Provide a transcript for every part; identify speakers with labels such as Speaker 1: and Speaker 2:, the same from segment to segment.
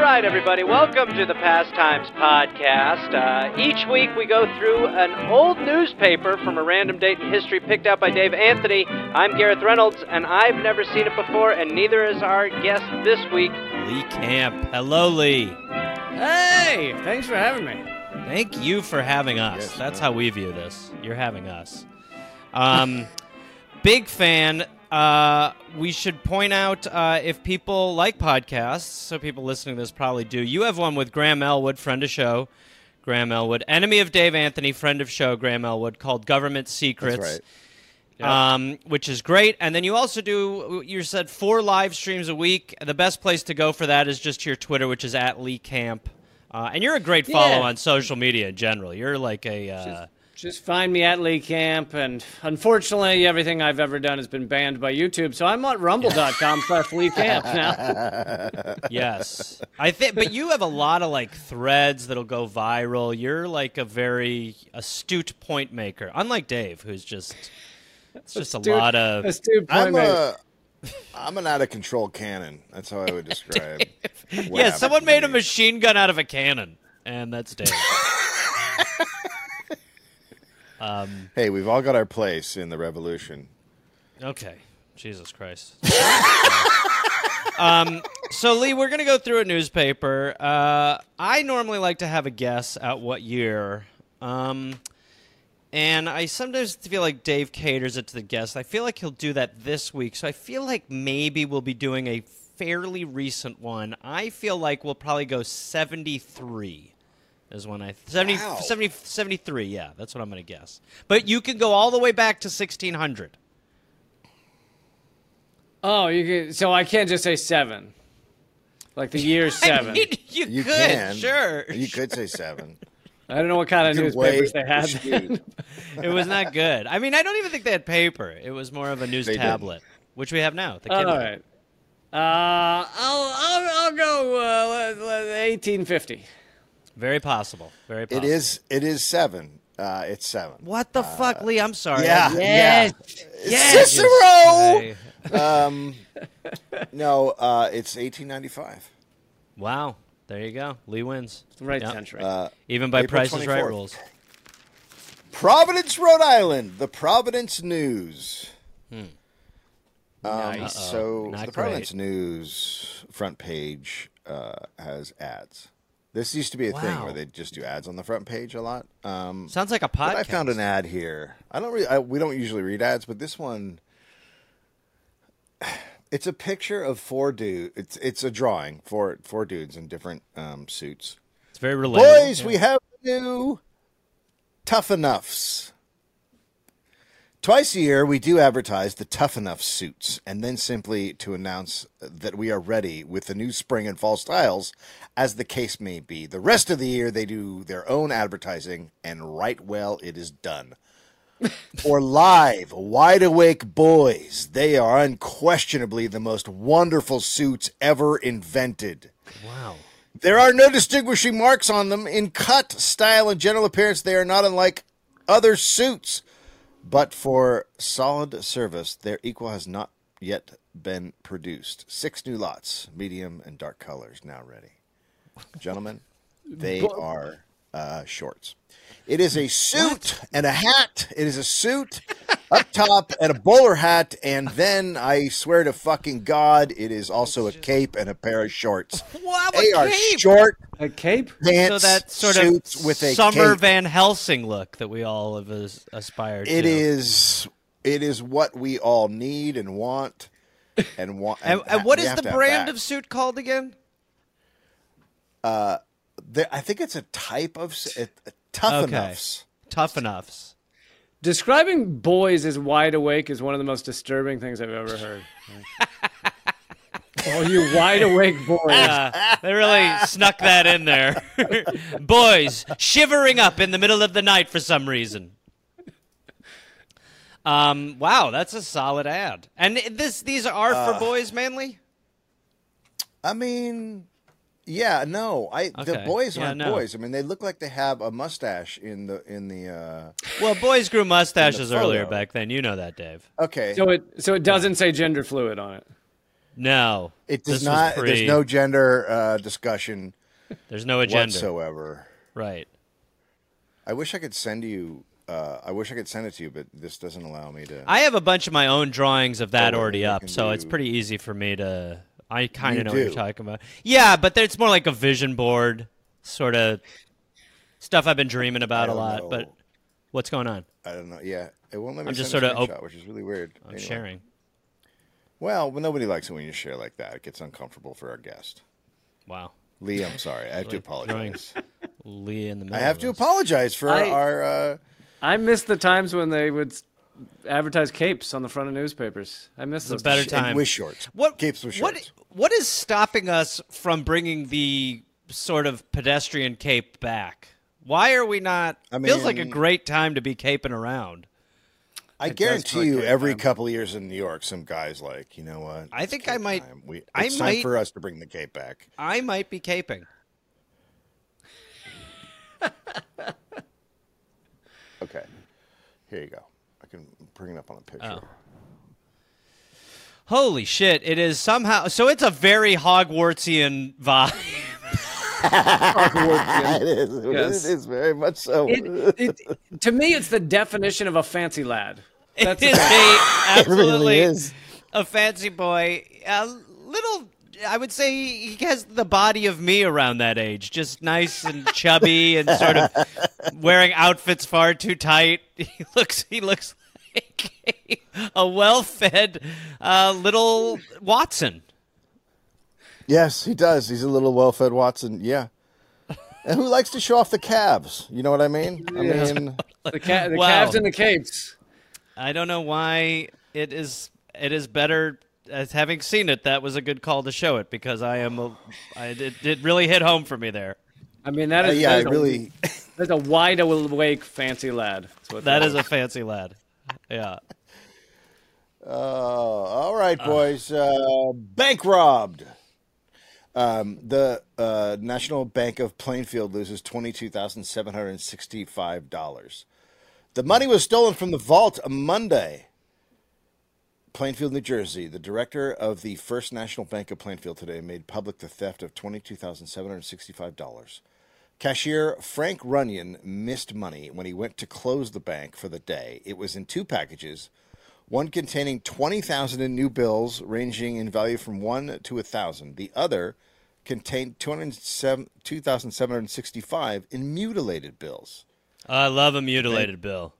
Speaker 1: right, everybody. Welcome to the Pastimes Podcast. Uh, each week we go through an old newspaper from a random date in history picked out by Dave Anthony. I'm Gareth Reynolds, and I've never seen it before, and neither is our guest this week.
Speaker 2: Lee Camp. Hello, Lee.
Speaker 3: Hey, thanks for having me.
Speaker 2: Thank you for having us.
Speaker 3: Yes,
Speaker 2: That's
Speaker 3: no.
Speaker 2: how we view this. You're having us. Um, big fan. Uh, we should point out uh, if people like podcasts, so people listening to this probably do. You have one with Graham Elwood, friend of show. Graham Elwood, enemy of Dave Anthony, friend of show. Graham Elwood called "Government Secrets."
Speaker 4: right.
Speaker 2: um, which is great. And then you also do, you said four live streams a week. The best place to go for that is just your Twitter, which is at Lee Camp. Uh, and you're a great follow
Speaker 3: Yeah.
Speaker 2: on social media in general. You're like a. Uh,
Speaker 3: Just find me at Lee Camp, and unfortunately, everything I've ever done has been banned by YouTube, so I'm at rumble.com slash Lee Camp now.
Speaker 2: yes, I think. But you have a lot of like threads that'll go viral. You're like a very astute point maker, unlike Dave, who's just it's just a
Speaker 3: Astute-
Speaker 2: lot of
Speaker 3: That's too
Speaker 4: I'm uh,
Speaker 3: point,
Speaker 4: a, I'm an out of control cannon. That's how I would describe. what
Speaker 2: yeah.
Speaker 4: happened
Speaker 2: Someone
Speaker 4: to
Speaker 2: made a
Speaker 4: me.
Speaker 2: machine gun out of a cannon, and that's Dave. um.
Speaker 4: Hey, we've all got our place in the revolution.
Speaker 2: Okay. Jesus Christ. um, so, Lee, we're going to go through a newspaper. Uh, I normally like to have a guess at what year. Um, and I sometimes feel like Dave caters it to the guest. I feel like he'll do that this week. So, I feel like maybe we'll be doing a fairly recent one. I feel like we'll probably go 73. Is when I 70,
Speaker 4: Wow.
Speaker 2: 70 73, yeah, that's what I'm going to guess. But you can go all the way back to 1600.
Speaker 3: Oh, you can, so I can't just say seven. Like the year seven. I,
Speaker 2: I mean, you,
Speaker 4: You
Speaker 2: could,
Speaker 4: can
Speaker 2: sure.
Speaker 4: You could say seven.
Speaker 3: don't know what kind of
Speaker 4: Good
Speaker 3: newspapers
Speaker 4: way
Speaker 3: they had.
Speaker 4: to
Speaker 3: then.
Speaker 4: shoot.
Speaker 2: It was not good. I mean, I don't even think they had paper. It was more of a news
Speaker 4: They didn't.
Speaker 2: tablet, which we have now. The
Speaker 3: All
Speaker 2: Kindle.
Speaker 3: right. Uh, I'll, I'll, I'll go uh, let- let- 1850.
Speaker 2: Very possible. Very
Speaker 4: It
Speaker 2: possible.
Speaker 4: is. It is seven. Uh, it's seven.
Speaker 2: What the fuck, Lee? I'm sorry.
Speaker 4: uh, yeah.
Speaker 2: I-
Speaker 4: Yes.
Speaker 2: Yes.
Speaker 4: Cicero.
Speaker 2: I-
Speaker 4: Um, no, uh, it's 1895.
Speaker 2: wow. There you go. Lee wins.
Speaker 3: Right
Speaker 2: Yep.
Speaker 3: century.
Speaker 4: Uh,
Speaker 2: Even by
Speaker 4: April
Speaker 2: Price is Right
Speaker 4: 24th.
Speaker 2: rules.
Speaker 4: Providence, Rhode Island. The Providence News. Um,
Speaker 2: Hmm. Nice.
Speaker 4: So
Speaker 2: Not
Speaker 4: the Providence News front page uh, has ads. This used to be a thing
Speaker 2: Wow.
Speaker 4: where they just do ads on the front page a lot. Um,
Speaker 2: Sounds like a podcast.
Speaker 4: but I found an ad here. I don't really. I, we don't usually read ads, but this one. It's a picture of four dudes. It's it's a drawing four four dudes in different um, suits.
Speaker 2: It's very relatable.
Speaker 4: Boys, we have new Tough Enoughs. Twice a year, we do advertise the Tough Enough suits, and then simply to announce that we are ready with the new spring and fall styles, as the case may be. The rest of the year, they do their own advertising, and right well it is done. For live, wide awake boys, they are unquestionably the most wonderful suits ever invented.
Speaker 2: Wow.
Speaker 4: There are no distinguishing marks on them. In cut, style, and general appearance, they are not unlike other suits. But for solid service, their equal has not yet been produced. Six new lots, medium and dark colors, now ready. Gentlemen, they are uh, shorts. It is a suit and a hat. It is a suit up top and a bowler hat. And then I swear to fucking God, it is also a cape and a pair of shorts.
Speaker 2: Wow,
Speaker 4: They
Speaker 2: a
Speaker 4: are
Speaker 2: cape!
Speaker 4: short
Speaker 3: a Uh, cape?
Speaker 4: pants,
Speaker 2: So that sort
Speaker 4: suits
Speaker 2: of
Speaker 4: with a
Speaker 2: summer
Speaker 4: cape.
Speaker 2: Van Helsing look that we all have as- aspired
Speaker 4: It
Speaker 2: to.
Speaker 4: is, it is what we all need and want, and want.
Speaker 2: And, and what
Speaker 4: we
Speaker 2: is
Speaker 4: have
Speaker 2: the
Speaker 4: to have
Speaker 2: brand
Speaker 4: that.
Speaker 2: of suit called again?
Speaker 4: There- I think it's a type of s- it- tough
Speaker 2: Okay.
Speaker 4: enoughs.
Speaker 2: Tough enoughs.
Speaker 3: Describing boys as wide awake is one of the most disturbing things I've ever heard. oh, you wide awake boys.
Speaker 2: Uh, they really snuck that in there. Boys shivering up in the middle of the night for some reason. Um, wow, that's a solid ad. And this these are
Speaker 4: Uh.
Speaker 2: for boys mainly?
Speaker 4: I mean, yeah, no, I the
Speaker 2: Okay.
Speaker 4: boys
Speaker 2: Yeah,
Speaker 4: aren't
Speaker 2: no.
Speaker 4: boys. I mean, they look like they have a mustache in the in the. uh
Speaker 2: Well, boys grew mustaches earlier
Speaker 4: photo.
Speaker 2: back then. You know that, Dave.
Speaker 4: Okay,
Speaker 3: So it so it doesn't say gender fluid on it.
Speaker 2: No,
Speaker 4: It does
Speaker 2: this was
Speaker 4: not.
Speaker 2: pre-
Speaker 4: There's no gender uh, discussion
Speaker 2: There's no agenda.
Speaker 4: whatsoever.
Speaker 2: Right.
Speaker 4: I wish I could send you. Uh, I wish I could send it to you, but this doesn't allow me to.
Speaker 2: I have a bunch of my own drawings of that
Speaker 4: Oh,
Speaker 2: already
Speaker 4: you
Speaker 2: up,
Speaker 4: can
Speaker 2: so it's
Speaker 4: do-
Speaker 2: pretty easy for me to. I kind
Speaker 4: You
Speaker 2: of know what you're
Speaker 4: do.
Speaker 2: talking about. Yeah, but it's more like a vision board sort of stuff I've been dreaming about a
Speaker 4: don't
Speaker 2: lot.
Speaker 4: know.
Speaker 2: But what's going on?
Speaker 4: I don't know. Yeah, it won't let me.
Speaker 2: I'm just
Speaker 4: send a
Speaker 2: sorta op- Oh,
Speaker 4: screenshot, which is really weird.
Speaker 2: I'm
Speaker 4: Anyway.
Speaker 2: sharing.
Speaker 4: Well, well, nobody likes it when you share like that. It gets uncomfortable for our guest.
Speaker 2: Wow.
Speaker 4: Lee, I'm sorry. I have to
Speaker 2: drawings.
Speaker 4: apologize.
Speaker 2: Lee in the middle.
Speaker 4: I have
Speaker 2: of
Speaker 4: to
Speaker 2: this.
Speaker 4: apologize for
Speaker 3: I-
Speaker 4: our. Uh,
Speaker 3: I miss the times when they would s- advertise capes on the front of newspapers. I miss those.
Speaker 2: better
Speaker 3: times.
Speaker 2: time.
Speaker 4: and wish shorts.
Speaker 2: What
Speaker 4: capes with
Speaker 2: what-
Speaker 4: shorts?
Speaker 2: what is stopping us from bringing the sort of pedestrian cape back? Why are we not?
Speaker 4: I
Speaker 2: feels like a
Speaker 4: mean-
Speaker 2: great time to be caping around.
Speaker 4: I
Speaker 3: does feel
Speaker 4: guarantee
Speaker 3: like
Speaker 4: you,
Speaker 3: cape
Speaker 4: every
Speaker 3: time.
Speaker 4: couple of years in New York, some guys like you know what?
Speaker 2: I
Speaker 4: It's
Speaker 2: think I
Speaker 4: cape
Speaker 2: might-
Speaker 4: time. We, it's
Speaker 2: I
Speaker 4: time
Speaker 2: might-
Speaker 4: for us to bring the cape back.
Speaker 2: I might be caping.
Speaker 4: Okay, here you go. I can bring it up on a picture.
Speaker 2: Oh. Holy shit! It is somehow so. It's a very Hogwartsian vibe.
Speaker 4: it is.
Speaker 3: Yes.
Speaker 4: It is very much so.
Speaker 3: It, it, to me, it's the definition of a fancy lad.
Speaker 2: It is a absolutely
Speaker 4: is.
Speaker 2: a fancy boy. A little, I would say, he has the body of me around that age. Just nice and chubby, and sort of wearing outfits far too tight. He looks. He looks like a well-fed uh, little Watson.
Speaker 4: Yes, he does. He's a little well-fed Watson. Yeah. And who likes to show off the calves? You know what I mean? I mean, uh,
Speaker 3: The, ca- the
Speaker 2: Wow.
Speaker 3: calves and the capes.
Speaker 2: I don't know why it is. It is better as having seen it. That was a good call to show it because I am. A, I, it, it really hit home for me there.
Speaker 3: I mean, that
Speaker 4: uh,
Speaker 3: is
Speaker 4: yeah, I
Speaker 3: that is
Speaker 4: really.
Speaker 3: A, that's a wide awake fancy lad. That's what
Speaker 2: That is a fancy lad. Yeah.
Speaker 4: Uh, all right, boys. Uh, bank robbed. Um, the uh, National Bank of Plainfield loses twenty-two thousand seven hundred sixty-five dollars. The money was stolen from the vault on Monday. Plainfield, New Jersey. The director of the First National Bank of Plainfield today made public the theft of twenty-two thousand seven hundred sixty-five dollars. Cashier Frank Runyon missed money when he went to close the bank for the day. It was in two packages, one containing 20,000 in new bills ranging in value from 1 to 1,000. The other contained 207 2,765 in mutilated bills.
Speaker 2: I love a mutilated bill.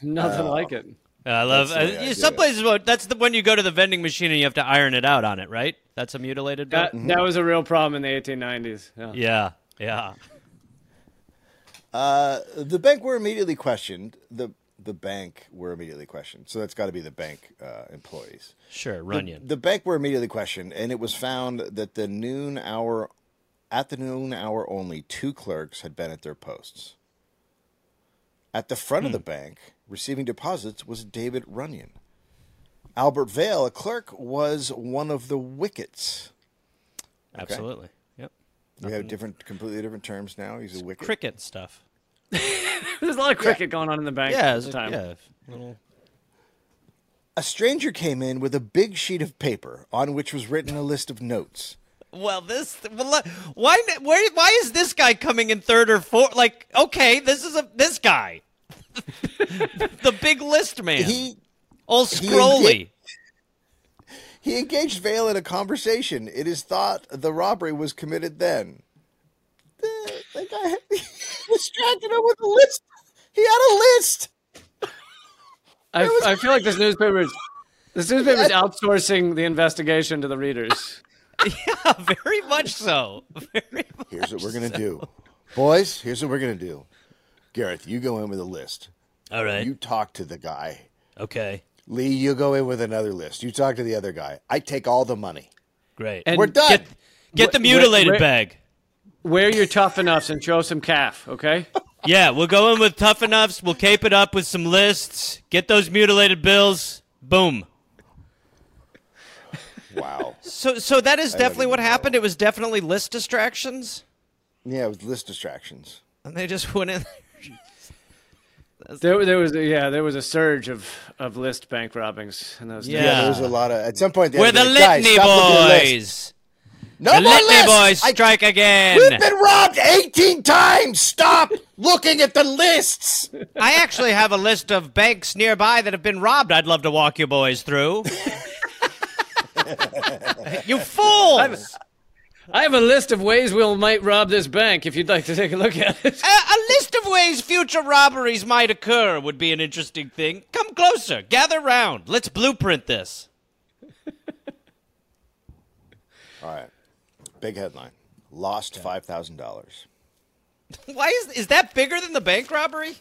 Speaker 3: nothing like it.
Speaker 2: I love
Speaker 4: That's the way
Speaker 2: uh,
Speaker 4: I
Speaker 2: you-
Speaker 4: do
Speaker 2: some
Speaker 4: it.
Speaker 2: places. Well, that's the when you go to the vending machine and you have to iron it out on it, right? That's a mutilated bill.
Speaker 4: Mm-hmm.
Speaker 3: That, that was a real problem in the 1890s. Yeah.
Speaker 2: yeah. Yeah.
Speaker 4: Uh, The bank were immediately questioned. The the bank were immediately questioned. So that's got to be the bank uh, employees.
Speaker 2: Sure. Runyon.
Speaker 4: The bank were immediately questioned, and it was found that the noon hour, at the noon hour only, two clerks had been at their posts. At the front of the bank, receiving deposits, was David Runyon. Albert Vale, a clerk, was one of the wickets.
Speaker 2: Absolutely. Yep.
Speaker 4: We have different, completely different terms now. He's a wicket.
Speaker 2: Cricket stuff.
Speaker 3: There's a lot of cricket going on in the bank
Speaker 2: Yeah.
Speaker 3: at
Speaker 2: it's
Speaker 3: the
Speaker 2: a-
Speaker 3: time.
Speaker 2: Yeah. Little.
Speaker 4: A stranger came in with a big sheet of paper on which was written a list of notes.
Speaker 2: Well, this well, le- why n- where, why is this guy coming in third or fourth? Like, okay, this is a this guy, the big list man,
Speaker 4: He
Speaker 2: old Scrolly.
Speaker 4: He engaged Vale in a conversation. It is thought the robbery was committed then. The, the guy distracted him with a list. He had a list.
Speaker 3: I, I feel like this newspaper is this newspaper is outsourcing the investigation to the readers.
Speaker 2: Yeah, very much so. Very much.
Speaker 4: Here's what we're gonna do, boys. Here's what we're gonna do. Gareth, you go in with a list.
Speaker 2: All right.
Speaker 4: You talk to the guy.
Speaker 2: okay.
Speaker 4: Lee, you go in with another list. You talk to the other guy. I take all the money.
Speaker 2: Great.
Speaker 3: And
Speaker 4: We're done.
Speaker 2: get get the
Speaker 3: Wh- wh-
Speaker 2: mutilated
Speaker 3: wh-
Speaker 2: bag.
Speaker 3: Wear your tough enoughs and show some calf, okay?
Speaker 2: Yeah, we'll go in with tough enoughs. We'll cape it up with some lists. Get those mutilated bills. Boom.
Speaker 4: wow.
Speaker 2: So, so that is definitely
Speaker 4: even
Speaker 2: what
Speaker 4: know.
Speaker 2: happened. It was definitely list distractions,
Speaker 4: Yeah, it was list distractions.
Speaker 2: and they just went in.
Speaker 3: There, there was a, yeah, there was a surge of, of list bank robbings in those
Speaker 2: Yeah.
Speaker 3: days.
Speaker 4: Yeah, there was a lot of. At some point, they
Speaker 2: We're
Speaker 4: had
Speaker 2: the
Speaker 4: to be like, "Guys,
Speaker 2: Litany
Speaker 4: stop with your list."
Speaker 2: Boys.
Speaker 4: No
Speaker 2: The
Speaker 4: more
Speaker 2: Litany
Speaker 4: lists.
Speaker 2: Boys
Speaker 4: I-
Speaker 2: strike
Speaker 4: We've
Speaker 2: again.
Speaker 4: been robbed 18 times. Stop looking at the lists.
Speaker 2: I actually have a list of banks nearby that have been robbed. I'd love to walk you boys through. you fools!
Speaker 3: I have a list of ways we'll might rob this bank. If you'd like to take a look at it,
Speaker 2: A, a list of ways future robberies might occur would be an interesting thing. Come closer, gather round. Let's blueprint this.
Speaker 4: All right. Big headline. Lost $5,000.
Speaker 2: Why is is that bigger than the bank robbery?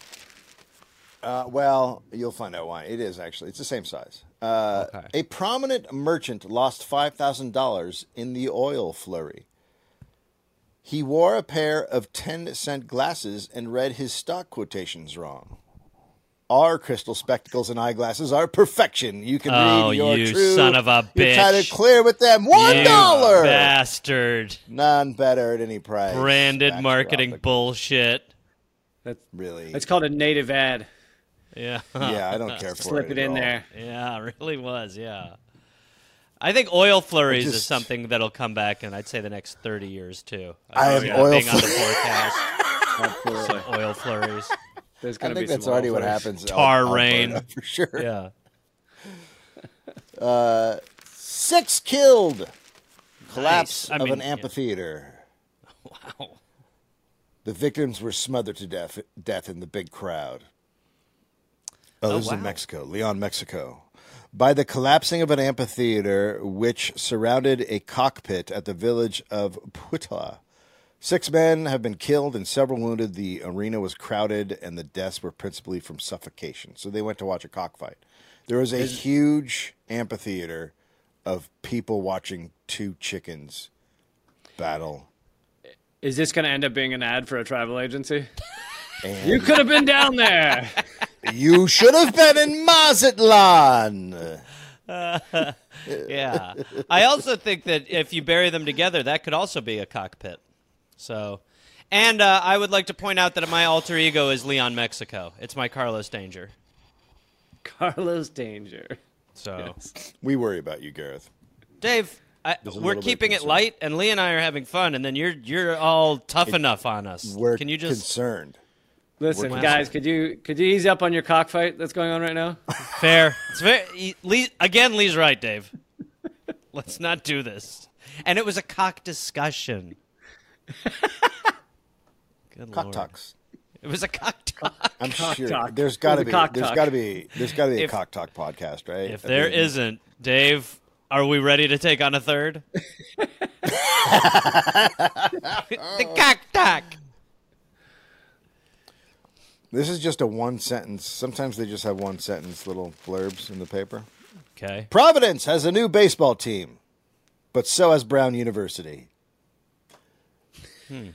Speaker 4: Uh, well, you'll find out why. It is actually. It's the same size. Uh,
Speaker 2: Okay.
Speaker 4: A prominent merchant lost $5,000 in the oil flurry. He wore a pair of 10 cent glasses and read his stock quotations wrong. Our crystal spectacles and eyeglasses are perfection. You can
Speaker 2: Oh,
Speaker 4: read your
Speaker 2: you
Speaker 4: true.
Speaker 2: son of a
Speaker 4: You're trying
Speaker 2: bitch.
Speaker 4: to clear with them. One
Speaker 2: You
Speaker 4: dollar.
Speaker 2: bastard!
Speaker 4: None better at any price.
Speaker 2: Branded
Speaker 4: That's
Speaker 2: marketing
Speaker 4: Robin.
Speaker 2: bullshit.
Speaker 4: Really?
Speaker 3: it's called a native ad.
Speaker 2: Yeah,
Speaker 4: yeah, I don't care for
Speaker 3: Slip
Speaker 4: it.
Speaker 3: it
Speaker 4: at
Speaker 3: in
Speaker 4: all.
Speaker 3: there.
Speaker 2: yeah, it really was. Yeah, I think oil flurries is
Speaker 4: just-
Speaker 2: something that'll come back, and I'd say the next thirty years too.
Speaker 4: I
Speaker 2: think
Speaker 4: have
Speaker 2: that
Speaker 4: oil
Speaker 2: being on the
Speaker 4: flurries.
Speaker 2: forecast.
Speaker 3: Absolutely.
Speaker 2: oil flurries.
Speaker 3: There's gonna
Speaker 4: I think
Speaker 3: be
Speaker 4: that's
Speaker 3: some
Speaker 4: already what
Speaker 3: offers.
Speaker 4: happens. in
Speaker 2: Tar
Speaker 4: Alberta,
Speaker 2: rain.
Speaker 4: for sure.
Speaker 2: Yeah.
Speaker 4: Six killed. Collapse
Speaker 2: I
Speaker 4: of
Speaker 2: mean,
Speaker 4: an
Speaker 2: yeah.
Speaker 4: amphitheater.
Speaker 2: Wow.
Speaker 4: The victims were smothered to death, death in the big crowd. Oh, this is in
Speaker 2: wow.
Speaker 4: Mexico, Leon, Mexico. By the collapsing of an amphitheater which surrounded a cockpit at the village of Puta. Six men have been killed and several wounded. The arena was crowded, and the deaths were principally from suffocation. So they went to watch a cockfight. There was a huge amphitheater of people watching two chickens battle.
Speaker 3: Is this gonna end up being an ad for a travel agency?
Speaker 4: And
Speaker 3: You could have been down there.
Speaker 4: You should have been in Mazatlan.
Speaker 2: Yeah. I also think that if you bury them together, that could also be a cockpit. So, and uh, I would like to point out that my alter ego is Leon Mexico. It's my Carlos Danger.
Speaker 3: Carlos Danger.
Speaker 2: So,
Speaker 4: We worry about you, Gareth.
Speaker 2: Dave, I,
Speaker 4: a
Speaker 2: we're
Speaker 4: little bit
Speaker 2: keeping it
Speaker 4: concerned.
Speaker 2: light, and Lee and I are having fun, and then you're you're all tough enough on us.
Speaker 4: We're
Speaker 2: Can you just
Speaker 4: concerned.
Speaker 3: Listen,
Speaker 2: Wow.
Speaker 3: guys, could you could you ease up on your cockfight that's going on right now?
Speaker 2: fair? It's fair. Lee again. Lee's right, Dave. Let's not do this. And it was a cock discussion. Good
Speaker 4: Cock
Speaker 2: lord.
Speaker 4: talks.
Speaker 2: It was a cock talk.
Speaker 4: I'm sure
Speaker 3: talk.
Speaker 4: there's got to
Speaker 3: Ooh,
Speaker 4: be
Speaker 3: cock
Speaker 4: there's
Speaker 3: talk.
Speaker 4: got to be there's got to be a
Speaker 2: If-
Speaker 4: cock talk podcast, right?
Speaker 2: If there isn't, Dave, are we ready to take on a third? the cock talk.
Speaker 4: this is just a one sentence. Sometimes they just have one sentence little blurbs in the paper.
Speaker 2: Okay.
Speaker 4: Providence has a new baseball team, but so has Brown University.
Speaker 2: Hmm.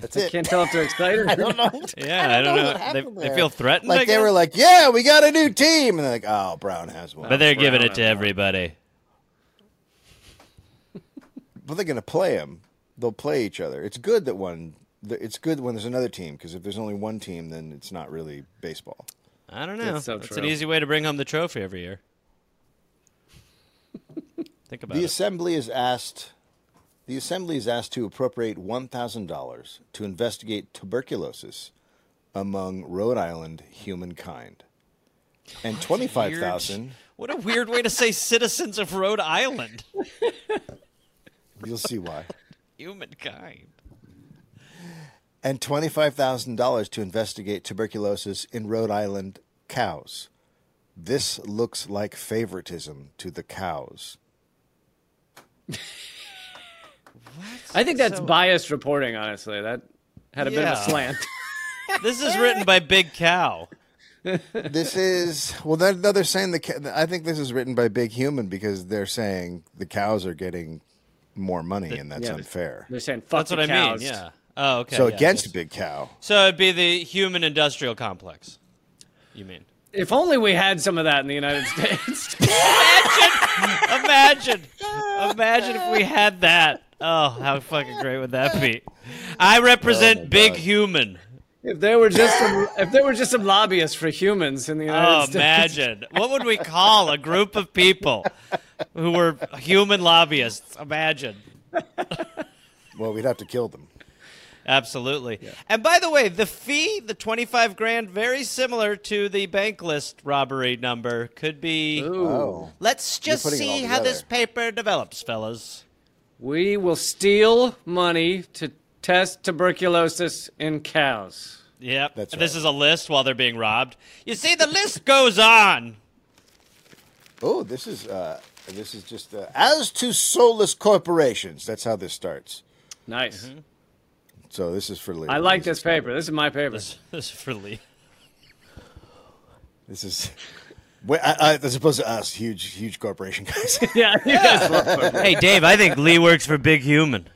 Speaker 4: That's it.
Speaker 3: Can't tell if they're excited. I don't know.
Speaker 2: Yeah, I don't,
Speaker 4: what
Speaker 2: know.
Speaker 4: happened
Speaker 2: They, they
Speaker 4: there.
Speaker 2: feel threatened. I
Speaker 4: Like they
Speaker 2: guess?
Speaker 4: were like, yeah, we got a new team, and they're like, oh, Brown has one.
Speaker 2: but they're
Speaker 3: Brown
Speaker 2: giving it
Speaker 3: and
Speaker 2: to
Speaker 3: Brown.
Speaker 2: everybody.
Speaker 4: but they're going to play them. They'll play each other. It's good that one. th- It's good when there's another team because if there's only one team, then it's not really baseball.
Speaker 2: I don't know.
Speaker 3: That's so
Speaker 2: an
Speaker 3: true.
Speaker 2: easy way to bring home the trophy every year. Think about
Speaker 4: The
Speaker 2: it.
Speaker 4: assembly is asked. The assembly is asked to appropriate one thousand dollars to investigate tuberculosis among Rhode Island humankind, and twenty five thousand.
Speaker 2: What a weird way to say citizens of Rhode Island.
Speaker 4: You'll see why.
Speaker 2: Humankind.
Speaker 4: and $25,000 to investigate tuberculosis in Rhode Island cows. This looks like favoritism to the cows.
Speaker 3: I think that's biased reporting, honestly. That had a bit of
Speaker 2: Yeah.
Speaker 3: a slant.
Speaker 2: This is written by Big Cow.
Speaker 4: This is well. That, no, they're saying the. ca- I think this is written by Big Human because they're saying the cows are getting more money, and that's
Speaker 3: yeah.
Speaker 4: unfair.
Speaker 3: They're saying fuck
Speaker 2: That's what
Speaker 3: the
Speaker 2: I mean.
Speaker 3: cows.
Speaker 2: Yeah. Oh, okay.
Speaker 4: So
Speaker 2: yeah,
Speaker 4: against
Speaker 2: yes.
Speaker 4: Big Cow,
Speaker 2: So it'd be the human industrial complex. You mean?
Speaker 3: If only we had some of that in the United States.
Speaker 2: Imagine, imagine if we had that. Oh, how fucking great would that be? I represent
Speaker 4: Oh my
Speaker 2: big
Speaker 4: God.
Speaker 2: human.
Speaker 3: If there were just some, if there were just some lobbyists for humans in the United
Speaker 2: Oh,
Speaker 3: States,
Speaker 2: imagine. What would we call a group of people who were human lobbyists? Imagine.
Speaker 4: Well, we'd have to kill them.
Speaker 2: Absolutely. And by the way, the fee, the 25 grand, very similar to the bank list robbery number. Could be.
Speaker 4: Oh.
Speaker 2: Let's just
Speaker 4: putting it all
Speaker 2: see how this
Speaker 4: together.
Speaker 2: paper develops, fellas.
Speaker 3: we will steal money to test tuberculosis in cows.
Speaker 2: Yep.
Speaker 4: That's
Speaker 2: This
Speaker 4: right.
Speaker 2: is a list while they're being robbed. You see, the list goes on.
Speaker 4: Oh, this is uh, this is just uh, as to soulless corporations. That's how this starts.
Speaker 3: Nice.
Speaker 2: Mm-hmm.
Speaker 4: So this is for Lee.
Speaker 3: I like this paper. This is my paper.
Speaker 2: This is for Lee.
Speaker 4: This is. Wait, I, I, as opposed to us, huge, huge corporation guys.
Speaker 3: Yeah, you guys love corporate.
Speaker 2: Hey, Dave, I think Lee works for Big Human.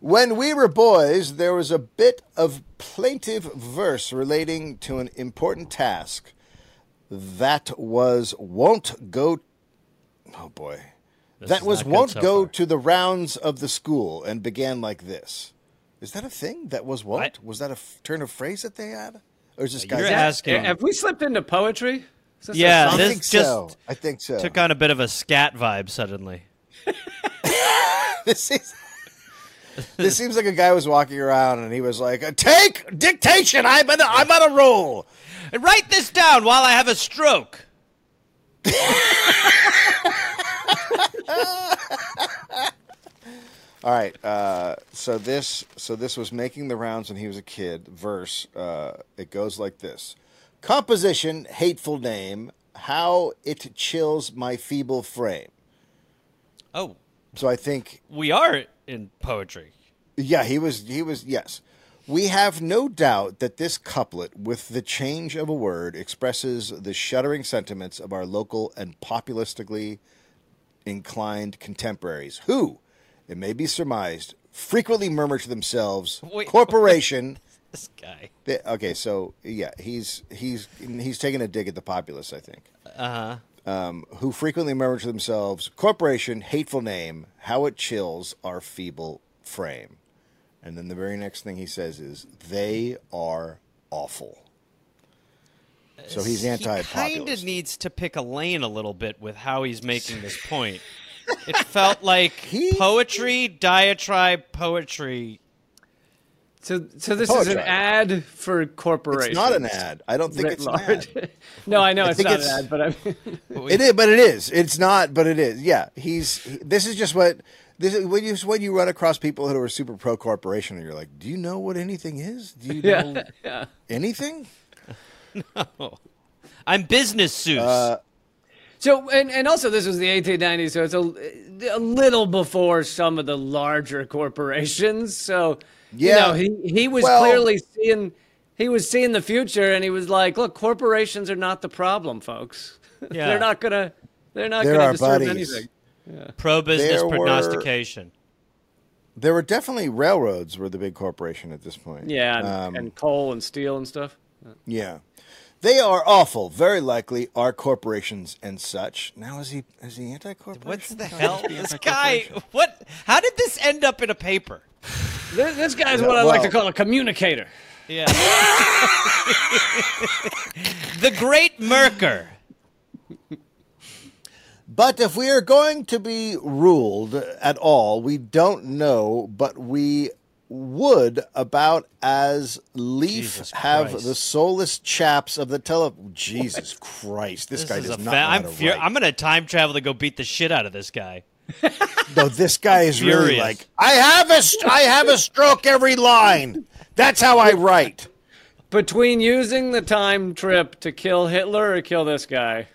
Speaker 4: When we were boys, there was a bit of plaintive verse relating to an important task. That was won't go. Oh boy. that
Speaker 2: is
Speaker 4: was
Speaker 2: not good
Speaker 4: won't
Speaker 2: so
Speaker 4: go
Speaker 2: far.
Speaker 4: to the rounds of the school and began like this. Is that a thing? That was won't?
Speaker 2: What?
Speaker 4: Was that a f- turn of phrase that they had? Or is this guy?
Speaker 2: You're asking.
Speaker 3: Have we slipped into poetry? Is this a
Speaker 2: Yeah,
Speaker 4: I
Speaker 3: song?
Speaker 2: this
Speaker 4: think
Speaker 2: just
Speaker 4: so. I think so.
Speaker 2: Took on a bit of a scat vibe suddenly.
Speaker 4: this is. This seems like a guy was walking around and he was like, "Take dictation. I'm on a, I'm on a roll."
Speaker 2: And write this down while I have a stroke.
Speaker 4: All right. Uh, so this so this was making the rounds when he was a kid. Verse. Uh, it goes like this: Composition, hateful name, how it chills my feeble frame.
Speaker 2: Oh,
Speaker 4: So I think,
Speaker 2: we are in poetry.
Speaker 4: yeah, he was he was yes. We have no doubt that this couplet, with the change of a word, expresses the shuddering sentiments of our local and populistically inclined contemporaries, who, it may be surmised, frequently murmur to themselves,
Speaker 2: Wait.
Speaker 4: "Corporation."
Speaker 2: This guy.
Speaker 4: Th- Okay, so yeah, he's he's he's taking a dig at the populace, I think. Uh huh.
Speaker 3: Uh-huh.
Speaker 4: Um, who frequently murmur to themselves, "Corporation, hateful name, how it chills our feeble frame." And then the very next thing he says is, "They are awful." So he's
Speaker 2: He kind
Speaker 4: anti-populist.
Speaker 2: of needs to pick a lane a little bit with how he's making this point. it felt like poetry, diatribe, poetry.
Speaker 3: So, so this is an
Speaker 4: Poetry.
Speaker 3: ad for corporations.
Speaker 4: it's not an ad. I don't think
Speaker 3: writ
Speaker 4: it's
Speaker 3: large.
Speaker 4: an ad.
Speaker 3: no, I know it's
Speaker 4: think
Speaker 3: not
Speaker 4: it's-
Speaker 3: an ad, but I mean,
Speaker 4: It is, but it is. It's not, but it is. Yeah, he's. he- this is just what this is when you when you run across people who are super pro corporation, and you're like, do you know what anything is? Do you know
Speaker 3: yeah, yeah.
Speaker 4: anything?
Speaker 2: I'm business Seuss.
Speaker 3: So, and, and also this was the 1890s, so it's a, a little before some of the larger corporations. So,
Speaker 4: Yeah.
Speaker 3: you know, he, he was
Speaker 4: Well-
Speaker 3: clearly seeing, he was seeing the future and he was like, look, corporations are not the problem, folks.
Speaker 2: Yeah.
Speaker 3: they're not going to, they're not
Speaker 4: They're
Speaker 3: going to
Speaker 4: our
Speaker 3: disturb
Speaker 4: buddies.
Speaker 3: anything.
Speaker 2: Pro business
Speaker 4: there were-
Speaker 2: prognostication.
Speaker 4: There were definitely railroads were the big corporation at this point.
Speaker 3: Yeah. And,
Speaker 4: Um,
Speaker 3: and coal and steel and stuff.
Speaker 4: yeah. They are awful. Very likely are corporations and such. Now is he is he anti-corporation?
Speaker 2: What's the hell? This guy. What? How did this end up in a paper?
Speaker 3: This, this guy's
Speaker 4: Yeah,
Speaker 3: what I like to
Speaker 4: well-
Speaker 3: call a communicator.
Speaker 2: Yeah. the Great Merker.
Speaker 4: But if we are going to be ruled at all, we don't know, but we would about as leaf
Speaker 2: Jesus
Speaker 4: have
Speaker 2: Christ.
Speaker 4: the soulless chaps of the tele. Jesus Christ, this,
Speaker 2: This
Speaker 4: guy
Speaker 2: is
Speaker 4: does
Speaker 2: a
Speaker 4: not.
Speaker 2: fa-
Speaker 4: know how
Speaker 2: I'm
Speaker 4: to
Speaker 2: fur-
Speaker 4: write.
Speaker 2: I'm gonna time travel to go beat the shit out of this guy.
Speaker 4: No, this guy is really
Speaker 2: furious.
Speaker 4: like I have a st- I have a stroke every line. That's how I write.
Speaker 3: Between using the time trip to kill Hitler or kill this guy.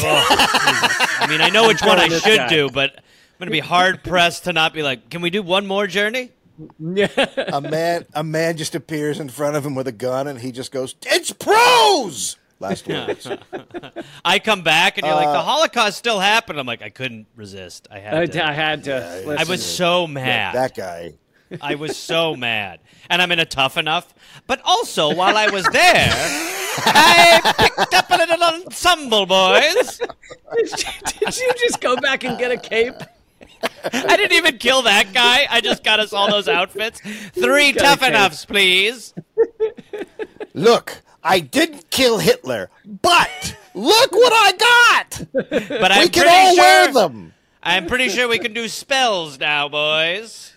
Speaker 2: Oh, Jesus. I mean, I know which one I
Speaker 3: Throwing this
Speaker 2: should
Speaker 3: guy.
Speaker 2: do, but I'm going to be hard pressed to not be like, can we do one more journey?
Speaker 3: Yeah.
Speaker 4: A man a man just appears in front of him with a gun, and he just goes, "It's prose." Last words.
Speaker 2: I come back and you're like,
Speaker 4: Uh,
Speaker 2: the Holocaust still happened. I'm like, I couldn't resist. I
Speaker 3: I,
Speaker 2: had to.
Speaker 3: I
Speaker 2: I,
Speaker 3: had to. listen.
Speaker 2: was so mad.
Speaker 4: That guy.
Speaker 2: I was so mad. And I'm in a tough enough. But also, while I was there, I picked up a little ensemble, boys.
Speaker 3: Did you just go back and get a cape?
Speaker 2: I didn't even kill that guy. I just got us all those outfits. Three
Speaker 3: Got a
Speaker 2: tough
Speaker 3: case.
Speaker 2: enoughs, please.
Speaker 4: Look, I didn't kill Hitler, but look what I got.
Speaker 2: But I'm
Speaker 4: We can
Speaker 2: pretty
Speaker 4: all
Speaker 2: sure,
Speaker 4: wear them.
Speaker 2: I'm pretty sure we can do spells now, boys.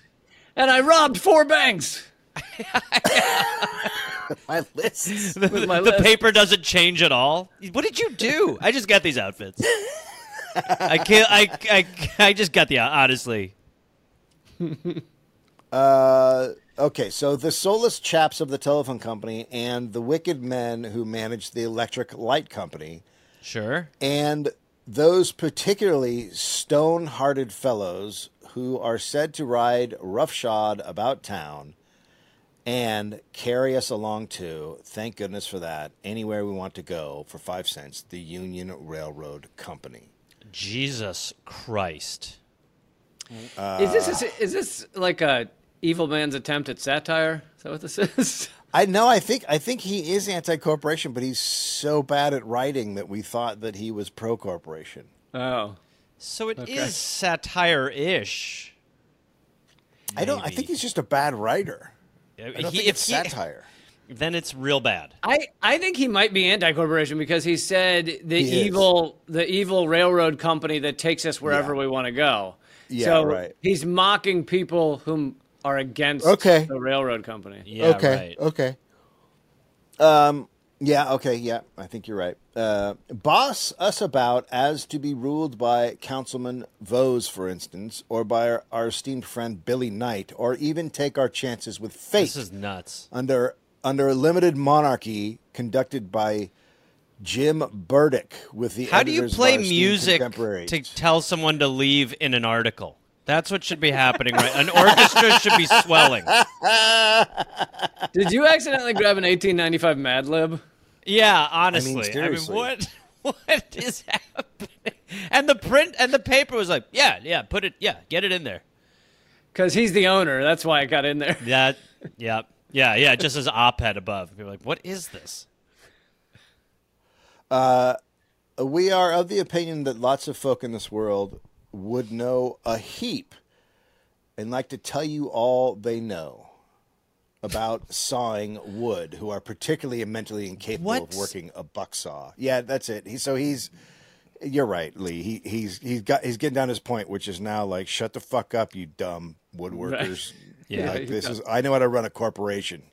Speaker 3: and I robbed four banks.
Speaker 4: My list.
Speaker 3: With my
Speaker 2: the
Speaker 3: list.
Speaker 2: paper doesn't change at all. What did you do? I just got these outfits. I kill. I, I, I just got the out- honestly.
Speaker 4: Uh, okay, so the soulless chaps of the telephone company and the wicked men who managed the electric light company
Speaker 2: Sure.
Speaker 4: and those particularly stone hearted fellows who are said to ride roughshod about town and carry us along to, thank goodness for that, anywhere we want to go for five cents, the Union Railroad Company.
Speaker 2: Jesus Christ.
Speaker 3: is
Speaker 4: Uh.
Speaker 3: this is this like a evil man's attempt at satire? Is that what this is?
Speaker 4: I know I think I think he is anti corporation, but he's so bad at writing that we thought that he was pro corporation.
Speaker 3: Oh,
Speaker 2: So it is satire-ish.
Speaker 4: I don't I
Speaker 2: Maybe.
Speaker 4: think he's just a bad writer. I don't
Speaker 2: He-
Speaker 4: think it's
Speaker 2: if he-
Speaker 4: satire.
Speaker 2: Then it's real bad.
Speaker 3: I I think he might be anti-corporation because he said the
Speaker 4: He is.
Speaker 3: evil the evil railroad company that takes us wherever
Speaker 4: Yeah.
Speaker 3: we want to go.
Speaker 4: Yeah,
Speaker 3: so
Speaker 4: right.
Speaker 3: He's mocking people whom are against
Speaker 4: Okay.
Speaker 3: the railroad company.
Speaker 2: Yeah,
Speaker 4: okay.
Speaker 2: right.
Speaker 4: Okay. Um. Yeah. Okay. Yeah. I think you're right. Uh, boss us about as to be ruled by Councilman Vose, for instance, or by our, our esteemed friend Billy Knight, or even take our chances with fate
Speaker 2: This is nuts.
Speaker 4: under under a limited monarchy conducted by Jim Burdick with the.
Speaker 2: How do you
Speaker 4: editors of
Speaker 2: play
Speaker 4: our esteemed
Speaker 2: music
Speaker 4: contemporaries.
Speaker 2: to tell someone to leave in an article? That's what should be happening, right? An orchestra should be swelling.
Speaker 3: Did you accidentally grab an 1895 Mad Lib?
Speaker 2: Yeah, honestly. I mean,
Speaker 4: seriously.
Speaker 2: what what is happening? And the print and the paper was like, yeah, yeah, put it, yeah, get it in there.
Speaker 3: Because he's the owner. That's why it got in there.
Speaker 2: That, yeah, yeah, yeah. Just as op-ed above, people are like, what is this?
Speaker 4: We are of the opinion that lots of folk in this world would know a heap and like to tell you all they know about sawing wood, who are particularly mentally incapable
Speaker 2: What?
Speaker 4: of working a buck saw. Yeah, that's it. He, so he's, you're right, Lee. He, he's he's got he's getting down his point, which is now like, shut the fuck up, you dumb woodworkers.
Speaker 2: Yeah.
Speaker 4: like this is. I know how to run a corporation.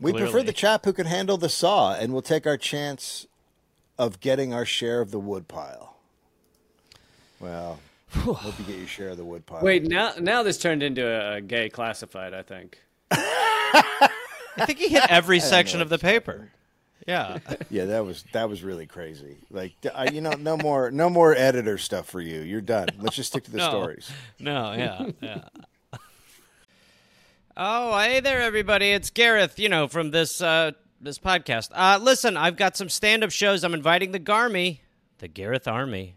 Speaker 4: We prefer
Speaker 2: Clearly.
Speaker 4: the chap who can handle the saw and will take our chance of getting our share of the wood pile. Well, hope you get your share of the wood pile.
Speaker 3: Wait, now now this turned into a, a gay classified. I think.
Speaker 2: I think he hit every section of the paper. Yeah,
Speaker 4: yeah, that was that was really crazy. Like, I, you know, no more no more editor stuff for you. You're done. Let's just stick to the
Speaker 2: No.
Speaker 4: stories.
Speaker 2: no, yeah, yeah. Oh, hey there, everybody! It's Gareth. You know, from this uh, this podcast. Uh, listen, I've got some stand up shows. I'm inviting the Garmy, the Gareth Army,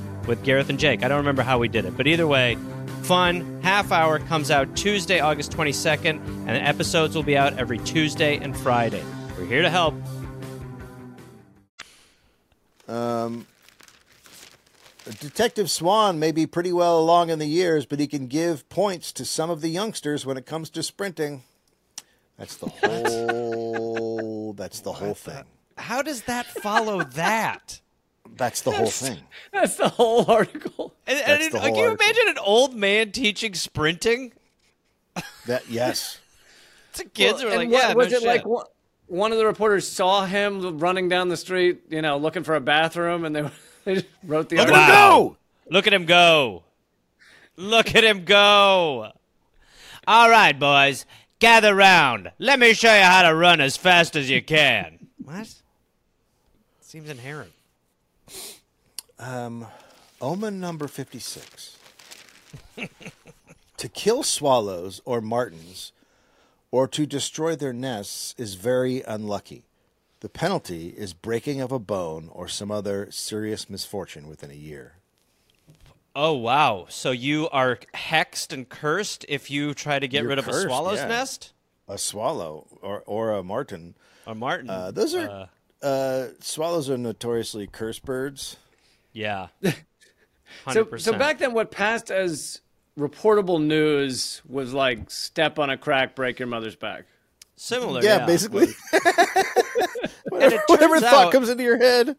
Speaker 2: with Gareth and Jake. I don't remember how we did it, but either way, fun half hour comes out Tuesday, August 22nd, and the episodes will be out every Tuesday and Friday. We're here to help.
Speaker 4: Detective Swan may be pretty well along in the years, but he can give points to some of the youngsters when it comes to sprinting. That's the whole. that's the whole thing.
Speaker 2: How does that follow that?
Speaker 4: That's the whole thing.
Speaker 3: That's the whole article.
Speaker 2: And,
Speaker 4: That's
Speaker 2: and
Speaker 4: the
Speaker 2: can
Speaker 4: whole
Speaker 2: you
Speaker 4: article.
Speaker 2: imagine an old man teaching sprinting?
Speaker 4: That yes.
Speaker 2: The kids
Speaker 3: Well,
Speaker 2: are like,
Speaker 3: and
Speaker 2: yeah,
Speaker 3: what, was
Speaker 2: no
Speaker 3: it
Speaker 2: shit.
Speaker 3: like one, one of the reporters saw him running down the street, you know, looking for a bathroom, and they, they just wrote the
Speaker 2: at
Speaker 3: article.
Speaker 2: him Wow. Look at him go. Look at him go. All right, boys, gather round. Let me show you how to run as fast as you can. what? Seems inherent.
Speaker 4: Omen number 56. to kill swallows or martins or to destroy their nests is very unlucky. The penalty is breaking of a bone or some other serious misfortune within a year.
Speaker 2: Oh wow! So you are hexed and cursed if you try to get
Speaker 4: You're
Speaker 2: rid of a
Speaker 4: cursed,
Speaker 2: swallow's
Speaker 4: yeah.
Speaker 2: nest
Speaker 4: A swallow or, or a martin.
Speaker 2: or Martin.
Speaker 4: Uh, those are uh, swallows are notoriously cursed birds.
Speaker 2: yeah.
Speaker 3: So,
Speaker 2: 100%.
Speaker 3: so back then, what passed as reportable news was like step on a crack, break your mother's back.
Speaker 2: similar.
Speaker 4: Yeah,
Speaker 2: yeah.
Speaker 4: basically.
Speaker 2: And it
Speaker 4: Whatever
Speaker 2: turns
Speaker 4: thought
Speaker 2: out-
Speaker 4: comes into your head.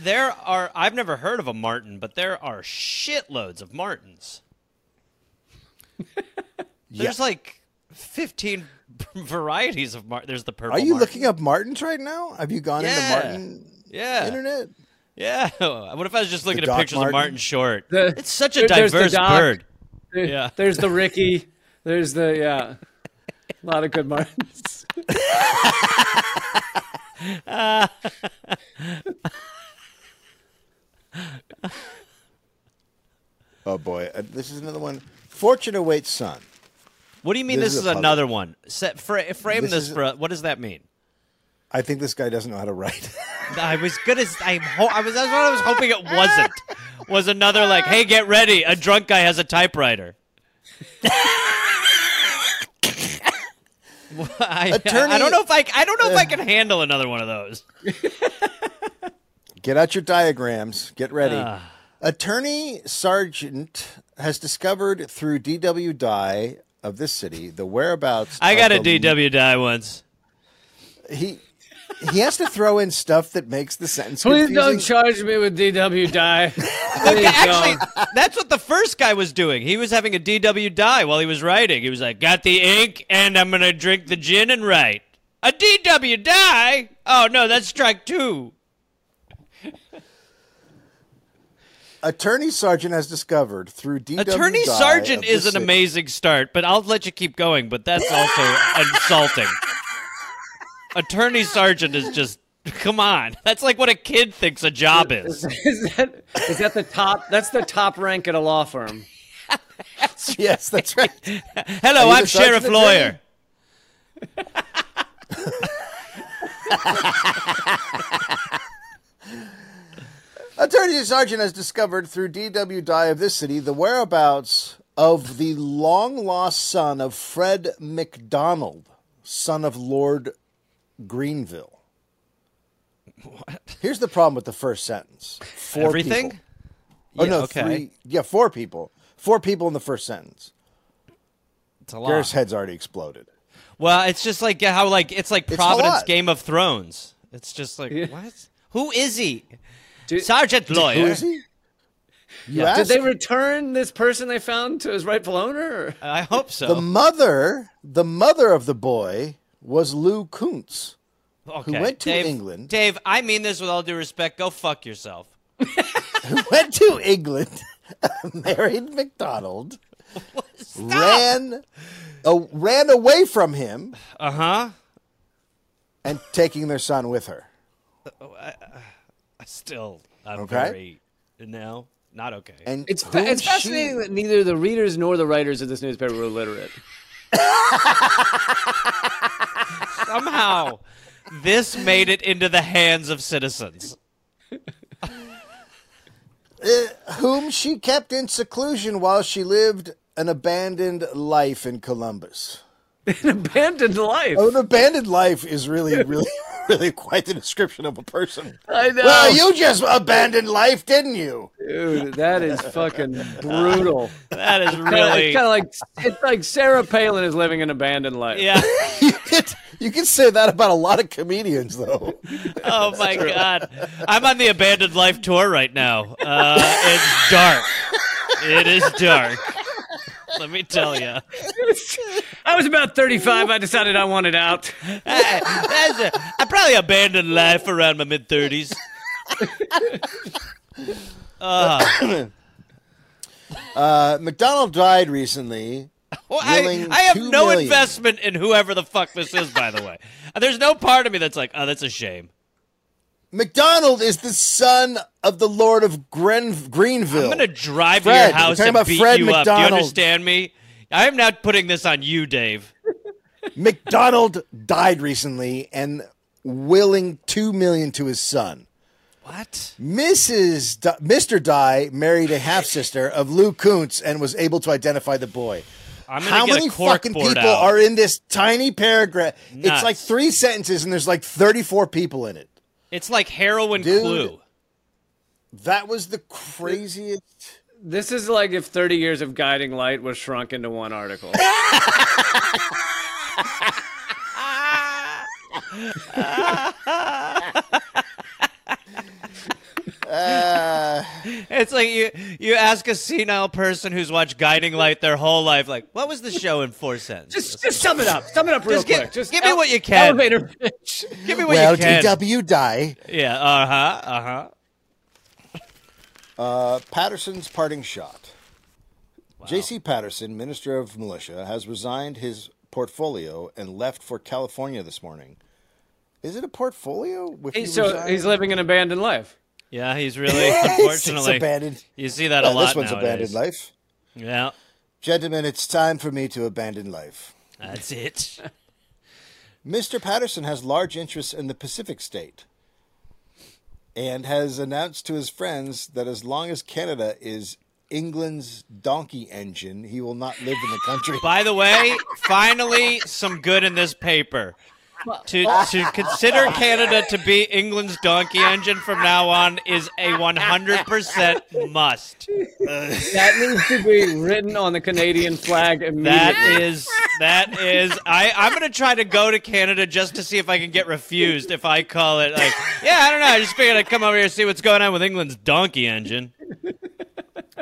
Speaker 2: There are I've never heard of a Martin, but there are shitloads of Martins. There's like 15 varieties of Martin. There's the purple.
Speaker 4: Are you
Speaker 2: Martin.
Speaker 4: looking up martins right now? Have you gone
Speaker 2: Yeah.
Speaker 4: into martin
Speaker 2: Yeah.
Speaker 4: internet?
Speaker 2: Yeah. What if I was just looking
Speaker 4: The
Speaker 2: at
Speaker 4: Doc
Speaker 2: pictures
Speaker 4: Martin?
Speaker 2: of Martin Short?
Speaker 3: The-
Speaker 2: it's such a
Speaker 3: there- there's the
Speaker 2: diverse
Speaker 3: Doc.
Speaker 2: bird.
Speaker 3: There-
Speaker 2: Yeah.
Speaker 3: There's the Ricky. There's the yeah. A lot of good Martins.
Speaker 4: Oh boy, Uh, this is another one. Fortune awaits son.
Speaker 2: What do you mean
Speaker 4: This
Speaker 2: this,
Speaker 4: is
Speaker 2: is,
Speaker 4: a puzzle.
Speaker 2: another one? Set, fra- frame
Speaker 4: This
Speaker 2: this,
Speaker 4: is-
Speaker 2: for a- what does that mean?
Speaker 4: I think this guy doesn't know how to write.
Speaker 2: I was good as I'm. Ho- I was. That's what I was hoping it wasn't. Was another like, hey, get ready. A drunk guy has a typewriter. Well, I,
Speaker 4: Attorney- Uh,
Speaker 2: I don't know if I. I don't know if I can handle another one of those.
Speaker 4: Get out your diagrams. Get ready.
Speaker 2: Ah.
Speaker 4: Attorney Sergeant has discovered through DW Dye of this city the whereabouts.
Speaker 2: I
Speaker 4: of
Speaker 2: got a
Speaker 4: the-
Speaker 2: DW die once.
Speaker 4: He he has to throw in stuff that makes the sentence.
Speaker 3: Please don't
Speaker 4: confusing.
Speaker 3: charge me with DW die.
Speaker 2: Okay,
Speaker 3: Please
Speaker 2: actually,
Speaker 3: don't.
Speaker 2: that's what the first guy was doing. He was having a DW die while he was writing. He was like, "Got the ink, and I'm gonna drink the gin and write." A DW die? Oh no, that's strike two.
Speaker 4: Attorney Sergeant has discovered through DW
Speaker 2: Attorney
Speaker 4: Dye
Speaker 2: Sergeant
Speaker 4: of
Speaker 2: is
Speaker 4: this
Speaker 2: an
Speaker 4: city-
Speaker 2: amazing start, but I'll let you keep going, but that's also insulting. Attorney Sergeant is just come on. That's like what a kid thinks a job is.
Speaker 3: Is that is that the top? That's the top rank at a law firm.
Speaker 4: Yes, that's right.
Speaker 2: Hello,
Speaker 4: you
Speaker 2: I'm
Speaker 4: the sergeant
Speaker 2: Sheriff
Speaker 4: of
Speaker 2: Lawyer.
Speaker 4: Attorney Sergeant has discovered through D.W. Dye of this city the whereabouts of the long lost son of Fred MacDonald, son of Lord Greenville. Here's the problem with the first sentence. Four
Speaker 2: Everything?
Speaker 4: people. Oh
Speaker 2: Yeah,
Speaker 4: no,
Speaker 2: okay.
Speaker 4: three. Yeah, four people. Four people in the first sentence.
Speaker 2: It's a
Speaker 4: Garrett's head's already exploded.
Speaker 2: Well, it's just like how like it's like
Speaker 4: a lot.
Speaker 2: Providence Game of Thrones. It's just like what? Who is he?
Speaker 3: Do-
Speaker 2: Sergeant
Speaker 4: Who
Speaker 2: Lawyer.
Speaker 4: is he? You
Speaker 3: Did
Speaker 4: asked.
Speaker 3: they return this person they found to his rightful owner? Or?
Speaker 2: I hope so.
Speaker 4: the mother, the mother of the boy was Lou Kuntz.
Speaker 2: okay.
Speaker 4: went to
Speaker 2: Dave-
Speaker 4: England.
Speaker 2: Dave, I mean this with all due respect. Go fuck yourself.
Speaker 4: went to England, married McDonald, ran, uh, ran away from him,
Speaker 2: Uh huh.
Speaker 4: and taking their son with her.
Speaker 2: Still, I'm
Speaker 4: Okay.
Speaker 2: very no, not okay.
Speaker 4: And
Speaker 3: It's
Speaker 4: who
Speaker 3: fa- it's
Speaker 4: she-
Speaker 3: fascinating that neither the readers nor the writers of this newspaper were literate.
Speaker 2: Somehow, this made it into the hands of citizens.
Speaker 4: whom she kept in seclusion while she lived an abandoned life in Columbus.
Speaker 3: An abandoned life.
Speaker 4: Oh, an abandoned life is really, really, really quite the description of a person.
Speaker 3: I know.
Speaker 4: Well, you just abandoned life, didn't you?
Speaker 3: Dude, that is fucking brutal.
Speaker 2: That is
Speaker 3: It's
Speaker 2: really.
Speaker 3: kind of like it's like Sarah Palin is living an abandoned life.
Speaker 2: Yeah.
Speaker 4: you could you could say that about a lot of comedians, though.
Speaker 2: Oh my god. I'm on the abandoned life tour right now. Uh, it's dark. It is dark. Let me tell you.
Speaker 3: I was about 35. I decided I wanted out.
Speaker 2: I, that's a, I probably abandoned life around my mid 30s.
Speaker 4: Uh, McDonald died recently.
Speaker 2: Well, I,
Speaker 4: Willing
Speaker 2: I have
Speaker 4: two
Speaker 2: no
Speaker 4: million.
Speaker 2: investment in whoever the fuck this is, by the way. There's no part of me that's like, oh, that's a shame.
Speaker 4: McDonald is the son of the Lord of Gren- Greenville.
Speaker 2: I'm gonna drive to
Speaker 4: Fred,
Speaker 2: your house
Speaker 4: we're talking
Speaker 2: and
Speaker 4: about
Speaker 2: beat
Speaker 4: Fred
Speaker 2: you up. Do you
Speaker 4: McDonald.
Speaker 2: understand me? I am not putting this on you, Dave.
Speaker 4: McDonald died recently and willing two million to his son.
Speaker 2: What?
Speaker 4: Mrs. D- Mr. Dye married a half sister of Lou Kuntz and was able to identify the boy.
Speaker 2: I'm gonna
Speaker 4: How
Speaker 2: get
Speaker 4: many
Speaker 2: a cork
Speaker 4: fucking
Speaker 2: board
Speaker 4: people
Speaker 2: out.
Speaker 4: are in this tiny paragraph?
Speaker 2: Nuts.
Speaker 4: It's like three sentences and there's like 34 people in it.
Speaker 2: It's like heroin
Speaker 4: Dude.
Speaker 2: clue.
Speaker 4: That was the craziest.
Speaker 3: This is like if 30 years of guiding light was shrunk into one article.
Speaker 2: It's like you you ask a senile person who's watched Guiding Light their whole life, like, what was the show in four cents?
Speaker 3: Just, just sum it up. Sum it up real
Speaker 2: Just gi-
Speaker 3: quick. Just
Speaker 2: give me
Speaker 3: ele-
Speaker 2: what you can.
Speaker 3: Elevator pitch.
Speaker 2: Give me what
Speaker 4: Well,
Speaker 2: you can.
Speaker 4: D.W. Dye,
Speaker 2: Yeah. Uh huh. Uh huh.
Speaker 4: uh, Patterson's parting shot. J.C. Patterson, Minister of Militia, has resigned his portfolio and left for California this morning. Is it a portfolio? If you
Speaker 3: So
Speaker 4: resign?
Speaker 3: he's living an abandoned life.
Speaker 2: Yeah, he's really
Speaker 4: It's-
Speaker 2: unfortunately.
Speaker 4: it's abandoned.
Speaker 2: You see that a
Speaker 4: Uh,
Speaker 2: lot
Speaker 4: this one's
Speaker 2: nowadays.
Speaker 4: abandoned life.
Speaker 2: Yeah.
Speaker 4: Gentlemen, it's time for me to abandon life.
Speaker 2: That's it.
Speaker 4: Mr. Patterson has large interests in the Pacific state and has announced to his friends that as long as Canada is England's donkey engine, he will not live in the country.
Speaker 2: By the way, finally some good in this paper. To, to consider Canada to be England's donkey engine from now on is a 100% must.
Speaker 3: That needs to be written on the Canadian flag immediately.
Speaker 2: That is that is I I'm going to try to go to Canada just to see if I can get refused if I call it like yeah, I don't know, I just figured I'd come over here and see what's going on with England's donkey engine.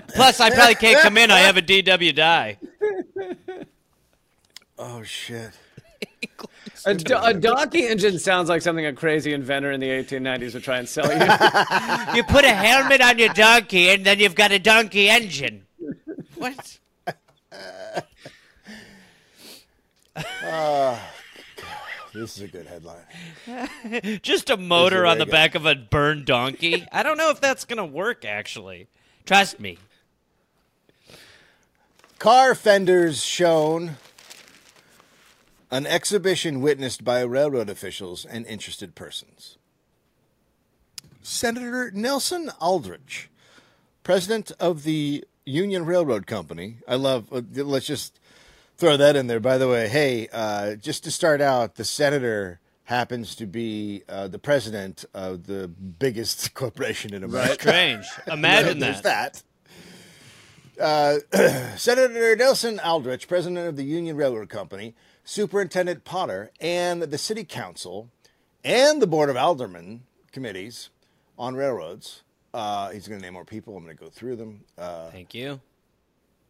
Speaker 2: Plus I probably can't come in. I have a DW die.
Speaker 4: oh, shit.
Speaker 3: a, do- a donkey engine sounds like something a crazy inventor in the 1890s would try and sell you.
Speaker 2: You put a helmet on your donkey, and then you've got a donkey engine. What?
Speaker 4: This is a good headline.
Speaker 2: Just a motor on
Speaker 4: very
Speaker 2: the
Speaker 4: good.
Speaker 2: back of a burned donkey? I don't know if that's gonna work. Actually, trust me.
Speaker 4: Car fenders shown. An exhibition witnessed by railroad officials and interested persons. Senator Nelson Aldrich, president of the Union Railroad Company. I love, uh, let's just throw that in there. By the way, hey, uh, just to start out, the senator happens to be uh, the president of the biggest corporation in America.
Speaker 2: Strange. Imagine
Speaker 4: There's
Speaker 2: that.
Speaker 4: that. Uh, Senator Nelson Aldrich, president of the Union Railroad Company, Superintendent Potter, and the City Council and the Board of Aldermen committees on railroads. Uh, he's going to name more people. I'm going to go through them. Uh,
Speaker 2: Thank you.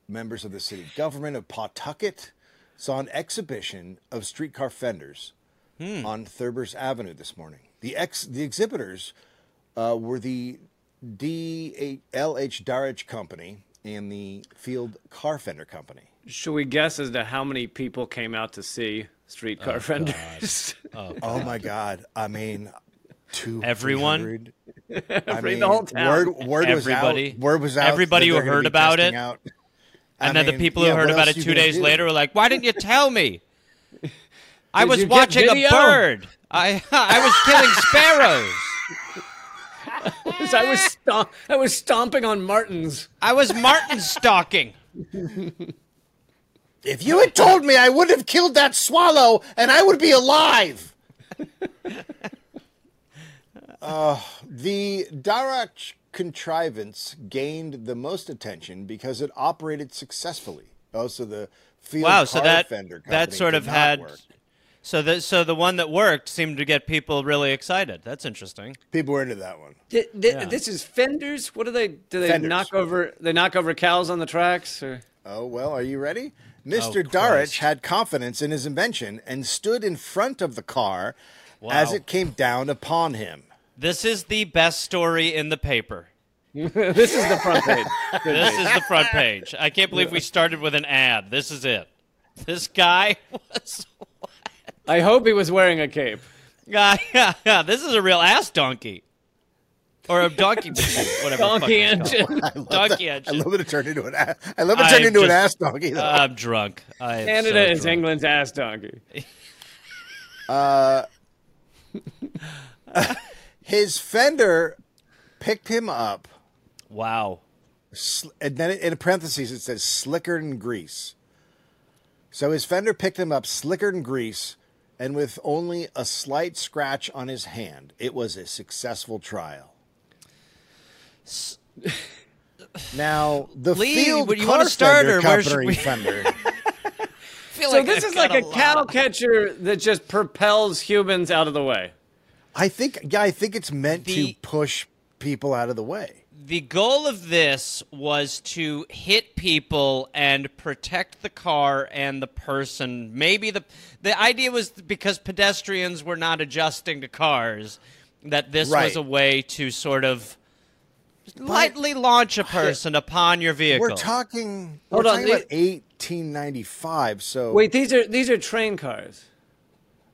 Speaker 4: members of the city government of Pawtucket saw an exhibition of streetcar fenders
Speaker 2: Hmm.
Speaker 4: on Thurber's Avenue this morning. The ex the exhibitors uh, were the DLH Darage Company and the Field Car Fender Company.
Speaker 3: Should we guess as to how many people came out to see Streetcar Fenders?
Speaker 4: Oh my God! I mean, two
Speaker 2: Everyone?
Speaker 4: 300. I
Speaker 3: Every-
Speaker 4: mean,
Speaker 3: the whole town.
Speaker 4: Word, word
Speaker 2: Everybody.
Speaker 4: was out. Word was out.
Speaker 2: Everybody
Speaker 4: that
Speaker 2: who
Speaker 4: they're gonna
Speaker 2: heard
Speaker 4: be
Speaker 2: about
Speaker 4: testing
Speaker 2: it.
Speaker 4: out. I
Speaker 2: And then
Speaker 4: mean,
Speaker 2: the people
Speaker 4: yeah,
Speaker 2: who heard
Speaker 4: what
Speaker 2: about it
Speaker 4: else you
Speaker 2: two
Speaker 4: gonna
Speaker 2: days
Speaker 4: do?
Speaker 2: later were like, "Why didn't you tell me? I
Speaker 3: Did
Speaker 2: was
Speaker 3: you get
Speaker 2: watching a
Speaker 3: video?"
Speaker 2: bird. I I was killing sparrows.
Speaker 3: I was stomp- I was stomping on Martins.
Speaker 2: I was martin stalking."
Speaker 4: If you had told me, I would have killed that swallow and I would be alive. uh, the Darach contrivance gained the most attention because it operated successfully. Also, the field
Speaker 2: Wow, so
Speaker 4: car
Speaker 2: that
Speaker 4: fender
Speaker 2: that
Speaker 4: company
Speaker 2: sort
Speaker 4: did
Speaker 2: of
Speaker 4: not
Speaker 2: had
Speaker 4: work.
Speaker 2: so the so the one that worked seemed to get people really excited. That's interesting.
Speaker 4: people were into that one.
Speaker 3: Th- th-
Speaker 2: Yeah.
Speaker 3: This is fenders. What do they do? They
Speaker 4: Fenders.
Speaker 3: knock over. They knock over cows on the tracks. Or
Speaker 4: Oh, well, are you ready? Mr.
Speaker 2: Christ.
Speaker 4: Darich had confidence in his invention and stood in front of the car as
Speaker 2: Wow.
Speaker 4: it came down upon him.
Speaker 2: This is the best story in the paper.
Speaker 3: this is the front page.
Speaker 2: This is the front page. I can't believe we started with an ad. This is it. This guy was
Speaker 3: I hope he was wearing a cape.
Speaker 2: Yeah, yeah, yeah. This is a real ass donkey. Or a donkey machine, whatever. the fuck
Speaker 3: Donkey
Speaker 2: it's called.
Speaker 3: engine.
Speaker 2: Donkey
Speaker 4: I
Speaker 2: engine.
Speaker 4: love that it turned into an. a- I love it turned
Speaker 2: I
Speaker 4: into an
Speaker 2: just- Uh,
Speaker 4: ass donkey. Though.
Speaker 2: I'm drunk. I am
Speaker 3: Canada
Speaker 2: so
Speaker 3: is
Speaker 2: drunk.
Speaker 3: England's ass donkey.
Speaker 4: His fender picked him up,
Speaker 2: Wow.
Speaker 4: sl- and then in parentheses it says slicker than grease. So his fender picked him up slicker than grease, and with only a slight scratch on his hand, it was a successful trial. Now the
Speaker 2: Lee,
Speaker 4: field
Speaker 2: would you
Speaker 4: car
Speaker 2: wanna start,
Speaker 4: fender
Speaker 2: or where should
Speaker 4: company
Speaker 2: we-
Speaker 4: fender.
Speaker 3: So this is like a cow catcher that just propels humans out of the way.
Speaker 4: I think yeah, I think it's meant
Speaker 2: The-
Speaker 4: to push people out of the way.
Speaker 2: The goal of this was to hit people and protect the car and the person. Maybe the the idea was because pedestrians were not adjusting to cars that this was
Speaker 4: Right.
Speaker 2: a way to sort of lightly launch a person upon your vehicle.
Speaker 4: We're talking.
Speaker 3: Hold
Speaker 4: we're
Speaker 3: on,
Speaker 4: talking
Speaker 3: the-
Speaker 4: about 1895. So
Speaker 3: Wait, these are these are train cars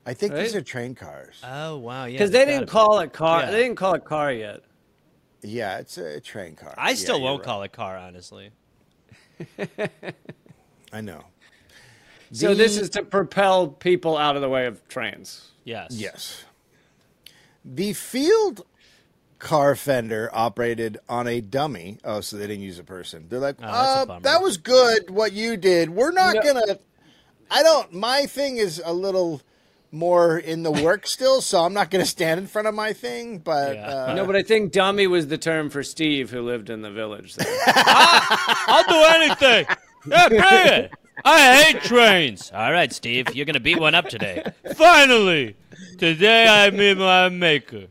Speaker 4: I think these
Speaker 3: right?
Speaker 4: are train cars.
Speaker 2: oh wow, yeah.
Speaker 3: because they
Speaker 2: it's
Speaker 3: didn't
Speaker 2: gotta be.
Speaker 3: call it car.
Speaker 2: Yeah.
Speaker 3: They didn't call it car yet.
Speaker 4: yeah, it's a train car.
Speaker 2: I still won't call it car, honestly.
Speaker 4: I know.
Speaker 3: So this is to propel people out of the way of trains.
Speaker 2: Yes.
Speaker 4: Yes. The field car fender operated on a dummy. Oh, so they didn't use a person. They're like,
Speaker 2: Oh, that's a
Speaker 4: uh,
Speaker 2: bummer.
Speaker 4: that was good what you did. We're not
Speaker 3: No.
Speaker 4: gonna. I don't. My thing is a little more in the work still, so I'm not gonna stand in front of my thing. But
Speaker 2: Yeah.
Speaker 4: uh,
Speaker 3: No, but I think dummy was the term for Steve who lived in the village. There.
Speaker 2: I'll do anything. Yeah, pay it. I hate trains. All right, Steve, you're gonna beat one up today. Finally, today I meet my maker.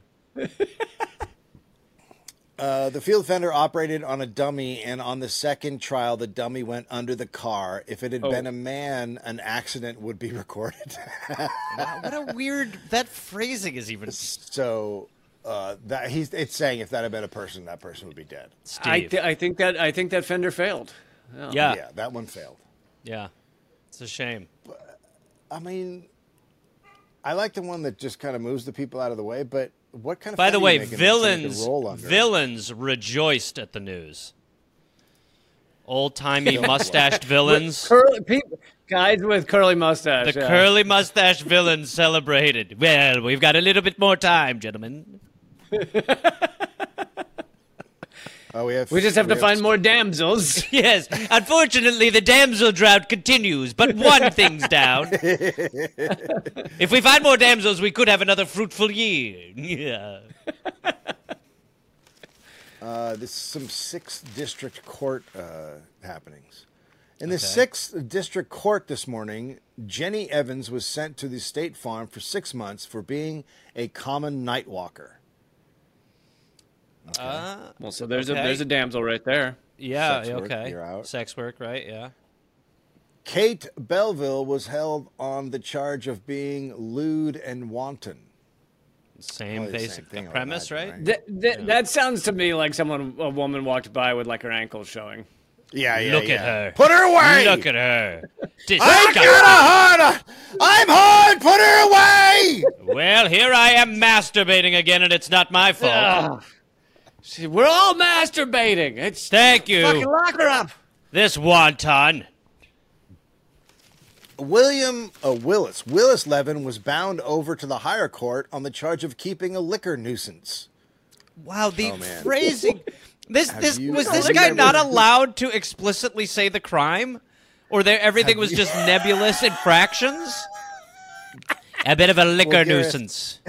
Speaker 4: Uh, the field fender operated on a dummy, and on the second trial, the dummy went under the car. If it had
Speaker 2: Oh.
Speaker 4: been a man, an accident would be recorded.
Speaker 2: Wow, what a weird that phrasing is even. Steve,
Speaker 4: so uh, that he's it's saying if that had been a person, that person would be dead.
Speaker 3: I, th- I think that I think that fender failed.
Speaker 2: yeah, yeah,
Speaker 4: yeah, that one failed.
Speaker 2: It's a shame.
Speaker 4: I mean, I like the one that just kind of moves the people out of the way. But what kind of
Speaker 2: By
Speaker 4: fender
Speaker 2: the
Speaker 4: you
Speaker 2: way,
Speaker 4: making that somebody could
Speaker 2: villains
Speaker 4: roll under?
Speaker 2: villains rejoiced at the news. Old timey mustached villains.
Speaker 3: Curly people, guys with curly mustache.
Speaker 2: The
Speaker 3: yeah.
Speaker 2: curly mustache villain celebrated. Well, we've got a little bit more time, gentlemen.
Speaker 4: Oh, we have.
Speaker 3: We just have to
Speaker 4: we
Speaker 3: find more damsels.
Speaker 2: Yes. Unfortunately, the damsel drought continues, but one thing's down. if we find more damsels, we could have another fruitful year. Yeah.
Speaker 4: Uh, this is some sixth district court uh, happenings. In the sixth district court this morning, Jenny Evans was sent to the state farm for six months for being a common night walker.
Speaker 3: well, so there's
Speaker 2: Okay.
Speaker 3: a there's a damsel right there.
Speaker 2: Uh, yeah.
Speaker 4: Sex work, okay. you're out.
Speaker 2: Sex work, right? Yeah.
Speaker 4: Kate Belleville was held on the charge of being lewd and wanton.
Speaker 2: Same
Speaker 4: Probably the same
Speaker 2: basic
Speaker 4: thing, I would
Speaker 2: premise,
Speaker 4: imagine,
Speaker 2: right?
Speaker 4: right?
Speaker 3: That that, that sounds to me like someone a woman walked by with like her ankle showing.
Speaker 4: Yeah, yeah.
Speaker 2: Look at
Speaker 4: yeah.
Speaker 2: her.
Speaker 4: Put her away.
Speaker 2: Look at her.
Speaker 4: I'm
Speaker 2: Disgusting.
Speaker 4: kinda hard. I'm hard. Put her away.
Speaker 2: Well, here I am masturbating again, and it's not my fault.
Speaker 3: Ugh. See, we're all masturbating. It's
Speaker 2: Thank you.
Speaker 3: fucking lock her up.
Speaker 2: This wonton.
Speaker 4: William uh, Willis Willis Levin was bound over to the higher court on the charge of keeping a liquor nuisance.
Speaker 2: Wow, the
Speaker 4: Oh, man.
Speaker 2: phrasing. This this
Speaker 4: you-
Speaker 2: was
Speaker 4: I
Speaker 2: this
Speaker 4: like
Speaker 2: guy
Speaker 4: that
Speaker 2: not
Speaker 4: word.
Speaker 2: allowed to explicitly say the crime? Or there, everything was just nebulous in fractions? A bit of a liquor
Speaker 4: Well, Gareth-
Speaker 2: nuisance.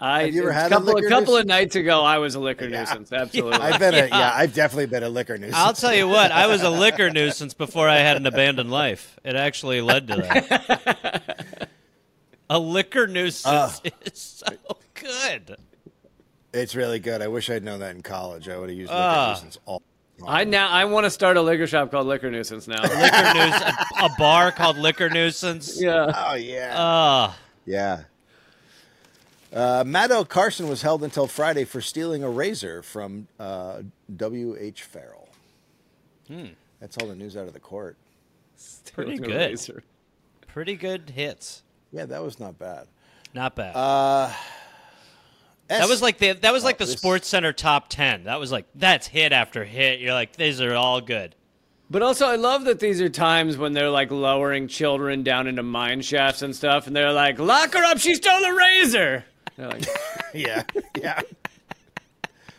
Speaker 3: I,
Speaker 4: you ever
Speaker 3: a
Speaker 4: had a
Speaker 3: couple, a
Speaker 4: liquor
Speaker 3: couple of
Speaker 4: nuisance?
Speaker 3: nights ago, I was a liquor nuisance. Absolutely.
Speaker 4: I've been a yeah, I've definitely been a liquor nuisance.
Speaker 2: I'll tell you what, I was a liquor nuisance before I had an abandoned life. It actually led to that. a liquor nuisance
Speaker 4: Uh.
Speaker 2: is so good.
Speaker 4: it's really good. I wish I'd known that in college. I would have used liquor
Speaker 2: Ah.
Speaker 4: nuisance all. the time.
Speaker 3: I now I want to start a liquor shop called Liquor Nuisance now.
Speaker 2: Liquor nuisance, a, a bar called Liquor Nuisance.
Speaker 3: yeah.
Speaker 4: Oh yeah.
Speaker 2: Ah,
Speaker 4: Yeah. Uh, Maddo Carson was held until Friday for stealing a razor from uh, W.H. Farrell.
Speaker 2: Hmm.
Speaker 4: That's all the news out of the court.
Speaker 2: Pretty
Speaker 3: With a
Speaker 2: good.
Speaker 3: razor.
Speaker 2: pretty good hits.
Speaker 4: Yeah, that was not bad.
Speaker 2: Not bad.
Speaker 4: S-
Speaker 2: that was like the that was like the
Speaker 4: this-
Speaker 2: Sports Center top ten. That was like that's hit after hit. You're like these are all good.
Speaker 3: But also, I love that these are times when they're like lowering children down into mine shafts and stuff, and they're like, "Lock her up! She stole a razor." They're like,
Speaker 4: yeah, yeah.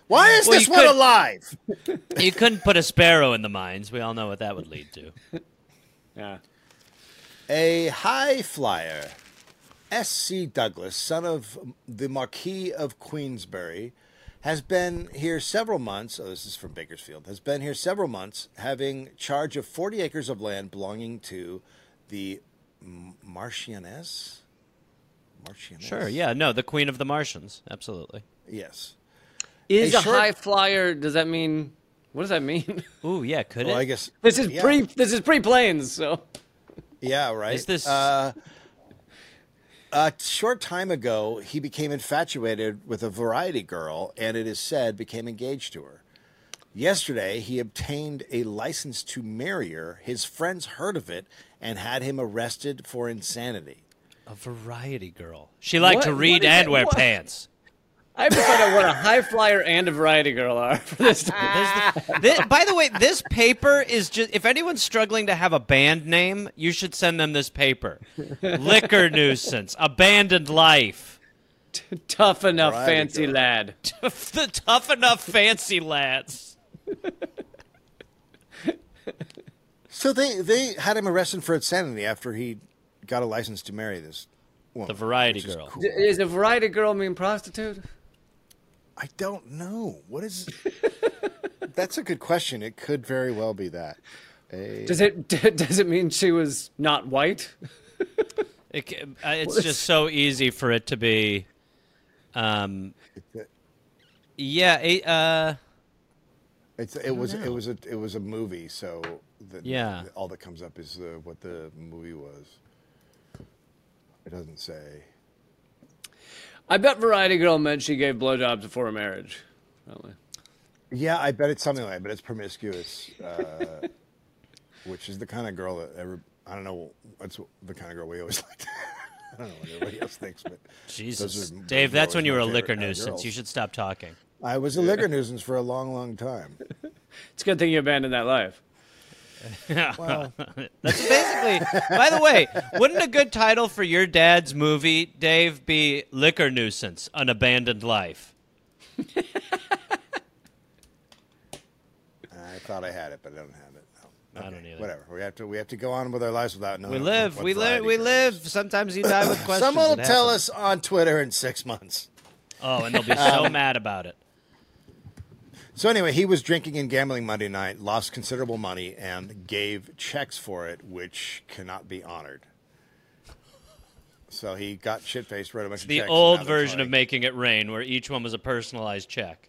Speaker 4: Why is
Speaker 2: Well,
Speaker 4: this
Speaker 2: you
Speaker 4: one
Speaker 2: could-
Speaker 4: alive?
Speaker 2: You couldn't put a sparrow in the mines. We all know what that would lead to.
Speaker 3: yeah.
Speaker 4: A high flyer, S.C. Douglas, son of the Marquis of Queensbury, has been here several months. Oh, this is from Bakersfield. Has been here several months, having charge of 40 acres of land belonging to the M- Marchioness. Marchioness?
Speaker 2: Sure. Yeah. No, the Queen of the Martians. Absolutely.
Speaker 4: Yes.
Speaker 3: Is
Speaker 4: A
Speaker 3: a
Speaker 4: short-
Speaker 3: high flyer? Does that mean? What does that mean?
Speaker 2: Ooh, yeah. Could
Speaker 4: Well,
Speaker 2: it?
Speaker 4: Oh, I guess.
Speaker 3: this is
Speaker 4: yeah.
Speaker 3: pre. This is pre planes. So
Speaker 4: Yeah, right.
Speaker 2: Is this-
Speaker 4: uh, a short time ago? He became infatuated with a variety girl, and it is said became engaged to her. Yesterday, he obtained a license to marry her. His friends heard of it and had him arrested for insanity.
Speaker 2: A variety girl. She liked to
Speaker 3: What-
Speaker 2: read
Speaker 3: what is
Speaker 2: and
Speaker 3: that?
Speaker 2: wear
Speaker 3: What?
Speaker 2: pants.
Speaker 3: I have to find out what a high flyer and a variety girl are for this. To-
Speaker 4: Ah.
Speaker 2: There's the, Thi- by the way, this paper is just. If anyone's struggling to have a band name, you should send them this paper. Liquor nuisance, abandoned life,
Speaker 3: tough enough,
Speaker 4: Variety
Speaker 3: fancy
Speaker 4: girl.
Speaker 3: lad.
Speaker 2: the tough enough fancy lads.
Speaker 4: So they they had him arrested for insanity after he got a license to marry this woman.
Speaker 2: The variety
Speaker 4: which is
Speaker 2: girl.
Speaker 4: cool.
Speaker 3: D- Is a variety girl mean prostitute?
Speaker 4: I don't know. What is? That's a good question. It could very well be that. A-
Speaker 3: Does it does it mean she was not white?
Speaker 2: It, ca- uh, it's just so easy for it to be. Um, yeah. It, uh,
Speaker 4: It's it was it was a it was a movie, so the,
Speaker 2: Yeah.
Speaker 4: all that comes up is the, what the movie was. It doesn't say.
Speaker 3: I bet variety girl meant she gave blowjobs before her marriage. Probably.
Speaker 4: Yeah, I bet it's something like that, but it's promiscuous, uh, which is the kind of girl that ever I don't know. That's the kind of girl we always liked. I don't know what everybody else thinks, but
Speaker 2: Jesus,
Speaker 4: those are-
Speaker 2: Dave.
Speaker 4: those
Speaker 2: That's when
Speaker 4: always
Speaker 2: you
Speaker 4: my
Speaker 2: were a
Speaker 4: favorite
Speaker 2: liquor
Speaker 4: kind of
Speaker 2: nuisance.
Speaker 4: girls.
Speaker 2: You should stop talking.
Speaker 4: I was a liquor nuisance for a long, long time.
Speaker 3: It's a good thing you abandoned that life.
Speaker 2: That's basically. by the way, wouldn't a good title for your dad's movie, Dave, be "Liquor Nuisance: An Abandoned Life"?
Speaker 4: I thought I had it, but I don't have it. No.
Speaker 2: I don't either.
Speaker 4: Whatever. We have to we have to go on with our lives without knowing.
Speaker 2: We live,
Speaker 4: what
Speaker 2: we live,
Speaker 4: variety
Speaker 2: we
Speaker 4: girl
Speaker 2: live.
Speaker 4: is.
Speaker 2: Sometimes you die with questions.
Speaker 4: Someone will
Speaker 2: It
Speaker 4: tell
Speaker 2: happens.
Speaker 4: us on Twitter in six months.
Speaker 2: Oh, and they'll be so
Speaker 4: Um,
Speaker 2: mad about it.
Speaker 4: So anyway, he was drinking and gambling Monday night, lost considerable money, and gave checks for it, which cannot be honored. So he got shit faced, wrote a bunch of
Speaker 2: The
Speaker 4: checks. and
Speaker 2: old
Speaker 4: now they're
Speaker 2: version of
Speaker 4: trying-
Speaker 2: Making It Rain, where each one was a personalized check.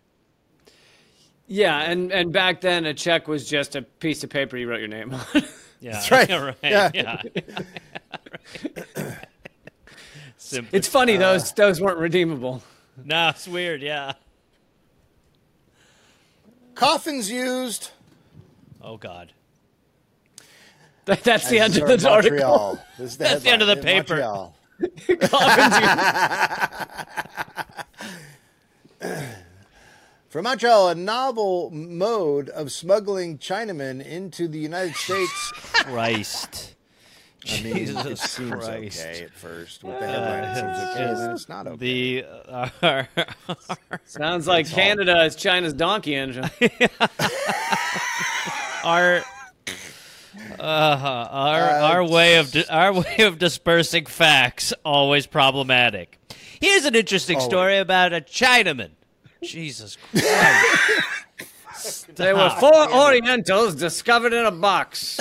Speaker 3: Yeah, and, and back then a check was just a piece of paper you wrote your name on.
Speaker 2: Yeah,
Speaker 4: That's right.
Speaker 2: Yeah.
Speaker 4: Yeah.
Speaker 2: Simple.
Speaker 3: It's funny
Speaker 4: Ah.
Speaker 3: those those weren't redeemable.
Speaker 2: no, it's weird. Yeah.
Speaker 4: coffins used.
Speaker 2: Oh God.
Speaker 3: That, that's the end of
Speaker 4: Sir
Speaker 3: this article.
Speaker 4: Montreal. This is the
Speaker 2: That's the end of
Speaker 4: headline.
Speaker 2: the
Speaker 4: In
Speaker 2: paper.
Speaker 4: Montreal. From Montreal, a novel mode of smuggling Chinamen into the United States.
Speaker 2: Christ.
Speaker 4: I mean, it
Speaker 2: Jesus
Speaker 4: seems
Speaker 2: Christ.
Speaker 4: okay at first with the headline. it seems okay, then Uh, it's not okay.
Speaker 2: The uh,
Speaker 3: Sounds like Canada is China's donkey engine.
Speaker 2: our Uh, our our way of di- our way of dispersing facts always problematic. Here's an interesting story about a Chinaman. Jesus Christ!
Speaker 3: There were
Speaker 4: Ah,
Speaker 2: Stop.
Speaker 3: four Orientals discovered in a box.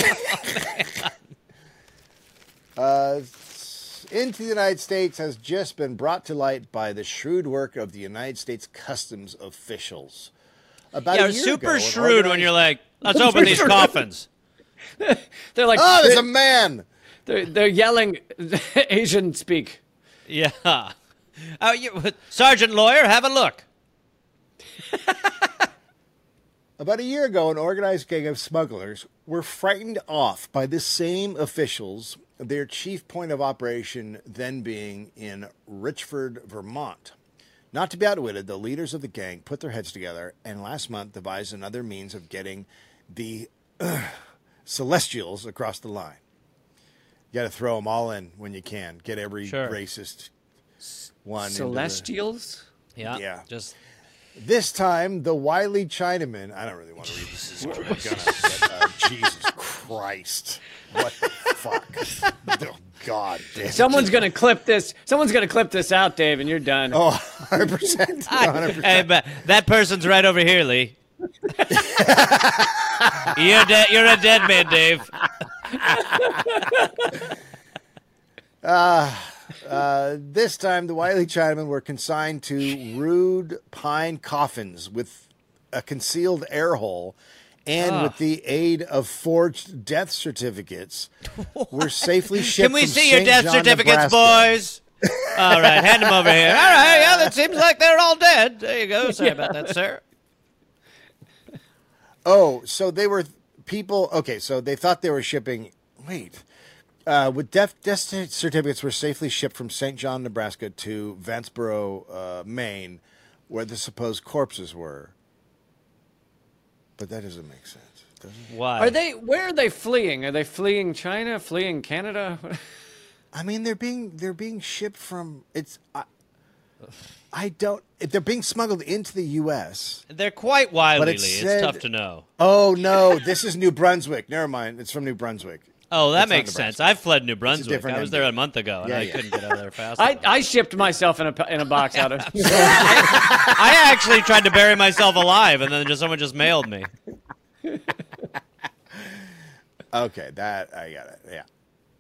Speaker 4: Uh, into the United States has just been brought to light by the shrewd work of the United States customs officials. About
Speaker 2: Yeah,
Speaker 4: a year
Speaker 2: super
Speaker 4: ago, an
Speaker 2: shrewd when
Speaker 4: organized-
Speaker 2: you're like, let's open these coffins.
Speaker 3: They're like,
Speaker 4: Oh, there's
Speaker 3: they're,
Speaker 4: a man.
Speaker 3: they're, they're yelling Asian speak.
Speaker 2: Yeah. Oh, you, Sergeant Lawyer, have a look.
Speaker 4: About a year ago, an organized gang of smugglers were frightened off by the same officials, their chief point of operation then being in Richford, Vermont. Not to be outwitted, the leaders of the gang put their heads together and last month devised another means of getting the Celestials across the line. You got to throw them all in when you can. Get every
Speaker 2: Sure.
Speaker 4: racist one. into the-
Speaker 3: Celestials?
Speaker 2: Yeah.
Speaker 4: Yeah.
Speaker 2: Just
Speaker 4: this time, the wily Chinaman. I don't really want to read this. This is where we're gonna- but, uh, Jesus Christ! What the fuck? Oh, God damn!
Speaker 3: Someone's gonna clip this. Someone's gonna clip this out, Dave, and you're done.
Speaker 4: Oh, 100 percent.
Speaker 2: Hey, but that person's right over here, Lee. you're dead. You're a dead man, Dave.
Speaker 4: This time, the wily Chinamen were consigned to rude pine coffins with a concealed air hole, and
Speaker 2: Ah.
Speaker 4: with the aid of forged death certificates, were safely shipped.
Speaker 2: Can we
Speaker 4: from
Speaker 2: see your
Speaker 4: Saint
Speaker 2: death
Speaker 4: John,
Speaker 2: certificates,
Speaker 4: Nebraska.
Speaker 2: boys? All right, hand them over here. All right, yeah, that seems like they're all dead. There you go. Sorry about that, sir.
Speaker 4: Oh, so they were people. Okay, so they thought they were shipping. Wait, uh, with death, death cer- certificates were safely shipped from Saint John, Nebraska, to Vanceboro, uh, Maine, where the supposed corpses were. But that doesn't make sense. does it?
Speaker 2: Why?
Speaker 3: Are they? Where are they fleeing? Are they fleeing China? Fleeing Canada?
Speaker 4: I mean, they're being they're being shipped from. It's I, I don't. If they're being smuggled into the U.S.
Speaker 2: They're quite wily,
Speaker 4: But
Speaker 2: Lee.
Speaker 4: it
Speaker 2: it's
Speaker 4: said-
Speaker 2: tough to know.
Speaker 4: Oh no, this is New Brunswick. Never mind. It's from New Brunswick.
Speaker 2: Oh, that
Speaker 4: It's not
Speaker 2: makes sense.
Speaker 4: Nebraska.
Speaker 2: I've fled New Brunswick.
Speaker 4: different
Speaker 2: I was there a
Speaker 4: ending.
Speaker 2: month ago, and
Speaker 4: Yeah,
Speaker 2: I
Speaker 4: yeah.
Speaker 2: couldn't get out of there fast.
Speaker 3: I,
Speaker 2: enough.
Speaker 3: I shipped myself in a in a box out of.
Speaker 2: I actually tried to bury myself alive, and then just someone just mailed me.
Speaker 4: Okay, that I got it. Yeah.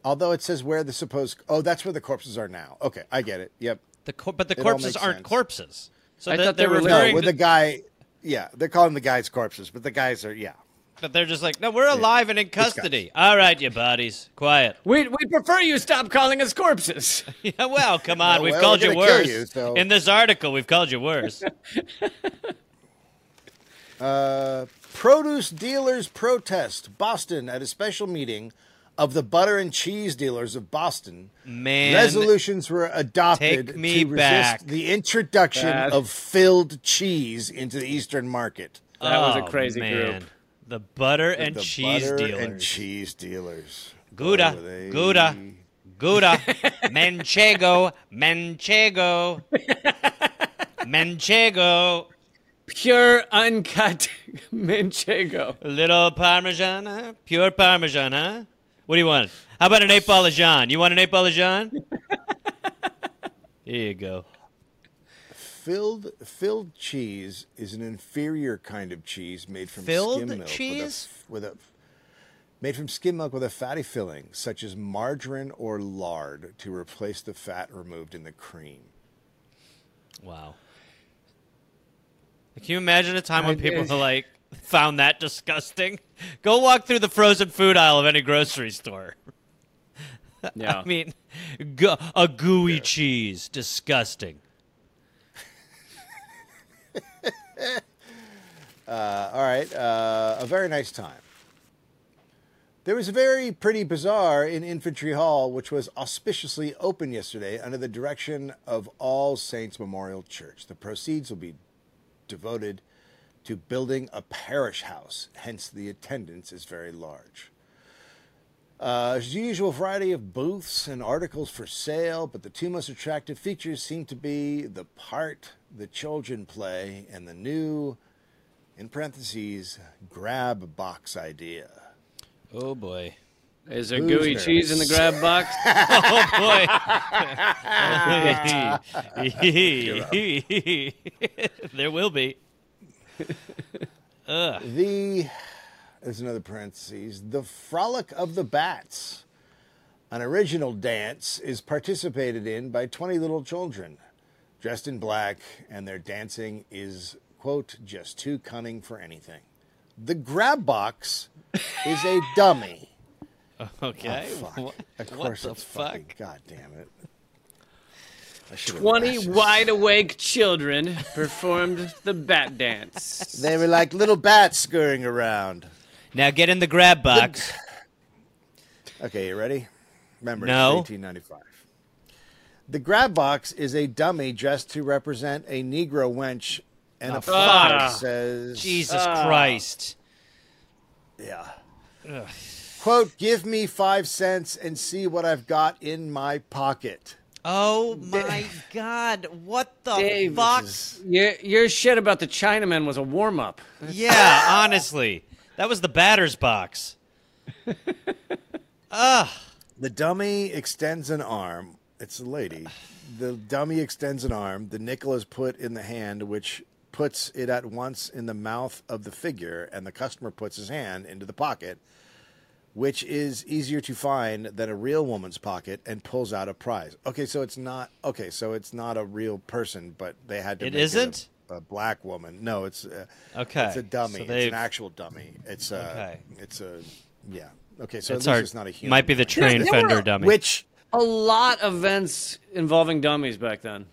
Speaker 4: Although it says where the supposed oh, that's where the corpses are now. Okay, I get it. Yep.
Speaker 2: The cor- but the
Speaker 4: all
Speaker 2: corpses
Speaker 4: makes
Speaker 2: aren't
Speaker 4: sense.
Speaker 2: corpses. So
Speaker 3: I
Speaker 2: they-
Speaker 3: thought they
Speaker 2: they're
Speaker 3: were- No,
Speaker 4: No,
Speaker 2: referring.
Speaker 4: Oh, with
Speaker 2: to-
Speaker 4: the guy. Yeah, they're calling the guys corpses, but the guys are yeah.
Speaker 2: but they're just like, no, we're alive and in custody. All right, you buddies, quiet.
Speaker 3: We we prefer you stop calling us corpses.
Speaker 2: Yeah, well, come on,
Speaker 4: Well,
Speaker 2: we've
Speaker 4: well,
Speaker 2: called
Speaker 4: we're
Speaker 2: you
Speaker 4: gonna kill
Speaker 2: worse.
Speaker 4: you, so-
Speaker 2: In this article, we've called you worse.
Speaker 4: Uh, produce dealers protest Boston at a special meeting of the butter and cheese dealers of Boston.
Speaker 2: Man,
Speaker 4: Resolutions were adopted
Speaker 2: take me
Speaker 4: to resist
Speaker 2: back.
Speaker 4: the introduction
Speaker 3: That-
Speaker 4: of filled cheese into the eastern market.
Speaker 3: That was a
Speaker 2: Oh,
Speaker 3: crazy
Speaker 2: man.
Speaker 3: group.
Speaker 2: The butter and
Speaker 4: the
Speaker 2: cheese
Speaker 4: butter
Speaker 2: dealers.
Speaker 4: and cheese dealers.
Speaker 2: Gouda,
Speaker 4: Oh, they-
Speaker 2: Gouda, Gouda, Manchego, Manchego, Manchego,
Speaker 3: Pure uncut manchego.
Speaker 2: little Parmesan, huh? pure Parmesan, huh? What do you want? How about an eight ball of Jean? You want an eight ball of Jean? Here you go.
Speaker 4: Filled filled cheese is an inferior kind of cheese made from
Speaker 2: Filled
Speaker 4: skim milk with a
Speaker 2: cheese?
Speaker 4: f- with a, made from skim milk with a fatty filling such as margarine or lard to replace the fat removed in the cream.
Speaker 2: Wow. Can you imagine a time when
Speaker 3: I-
Speaker 2: people
Speaker 3: I-
Speaker 2: like found that disgusting? Go walk through the frozen food aisle of any grocery store.
Speaker 3: Yeah.
Speaker 2: I mean, gu- a gooey cheese, disgusting.
Speaker 4: Uh, all right, uh, a very nice time. There was a very pretty bazaar in Infantry Hall, which was auspiciously open yesterday under the direction of All Saints Memorial Church. The proceeds will be devoted to building a parish house, hence, the attendance is very large. Uh, as usual, variety of booths and articles for sale, but the two most attractive features seem to be the part the children play and the new, in parentheses, grab box idea.
Speaker 2: Oh boy.
Speaker 3: Is there gooey
Speaker 4: there?
Speaker 3: cheese in the grab box?
Speaker 2: Oh boy. there will be.
Speaker 4: The there's another parentheses. The frolic of the bats, an original dance, is participated in by twenty little children, dressed in black, and their dancing is quote just too cunning for anything. The grab box is a dummy. Oh,
Speaker 2: Okay.
Speaker 4: Fuck.
Speaker 2: What-
Speaker 4: Of
Speaker 2: what
Speaker 4: course
Speaker 2: the
Speaker 4: it's
Speaker 2: fuck?
Speaker 4: fucking. God damn it. I should've
Speaker 3: 20
Speaker 4: realized this.
Speaker 3: wide awake children performed the bat dance.
Speaker 4: They were like little bats scurrying around.
Speaker 2: Now get in the grab box.
Speaker 4: Okay, you ready? Remember,
Speaker 2: No.
Speaker 4: it's 1895. The grab box is a dummy dressed to represent a Negro wench, and a father says,
Speaker 2: Ah. Jesus
Speaker 4: Ah.
Speaker 2: Christ.
Speaker 4: "Yeah." Quote: "Give me five cents and see what I've got in my pocket."
Speaker 2: Oh my God. What the
Speaker 3: Dave,
Speaker 2: fuck?
Speaker 3: Your, your shit about the Chinaman was a warm up.
Speaker 2: Yeah, honestly. That was the batter's box.
Speaker 4: The dummy extends an arm. It's a lady. The dummy extends an arm. The nickel is put in the hand, which puts it at once in the mouth of the figure, and the customer puts his hand into the pocket, which is easier to find than a real woman's pocket, and pulls out a prize. Okay, so it's not okay. So it's not a real person, but they had to.
Speaker 2: It
Speaker 4: make
Speaker 2: isn't?
Speaker 4: a, a black woman. No, it's uh,
Speaker 2: Okay,
Speaker 4: It's a dummy.
Speaker 2: so
Speaker 4: it's
Speaker 2: they've-
Speaker 4: an actual dummy. It's uh,
Speaker 2: Okay.
Speaker 4: It's a yeah. Okay, so
Speaker 2: It's
Speaker 4: it's,
Speaker 2: our,
Speaker 4: it's not a human.
Speaker 2: might be the train
Speaker 3: there
Speaker 2: fender
Speaker 3: were-
Speaker 2: dummy.
Speaker 4: Which
Speaker 3: A lot of events involving dummies back then.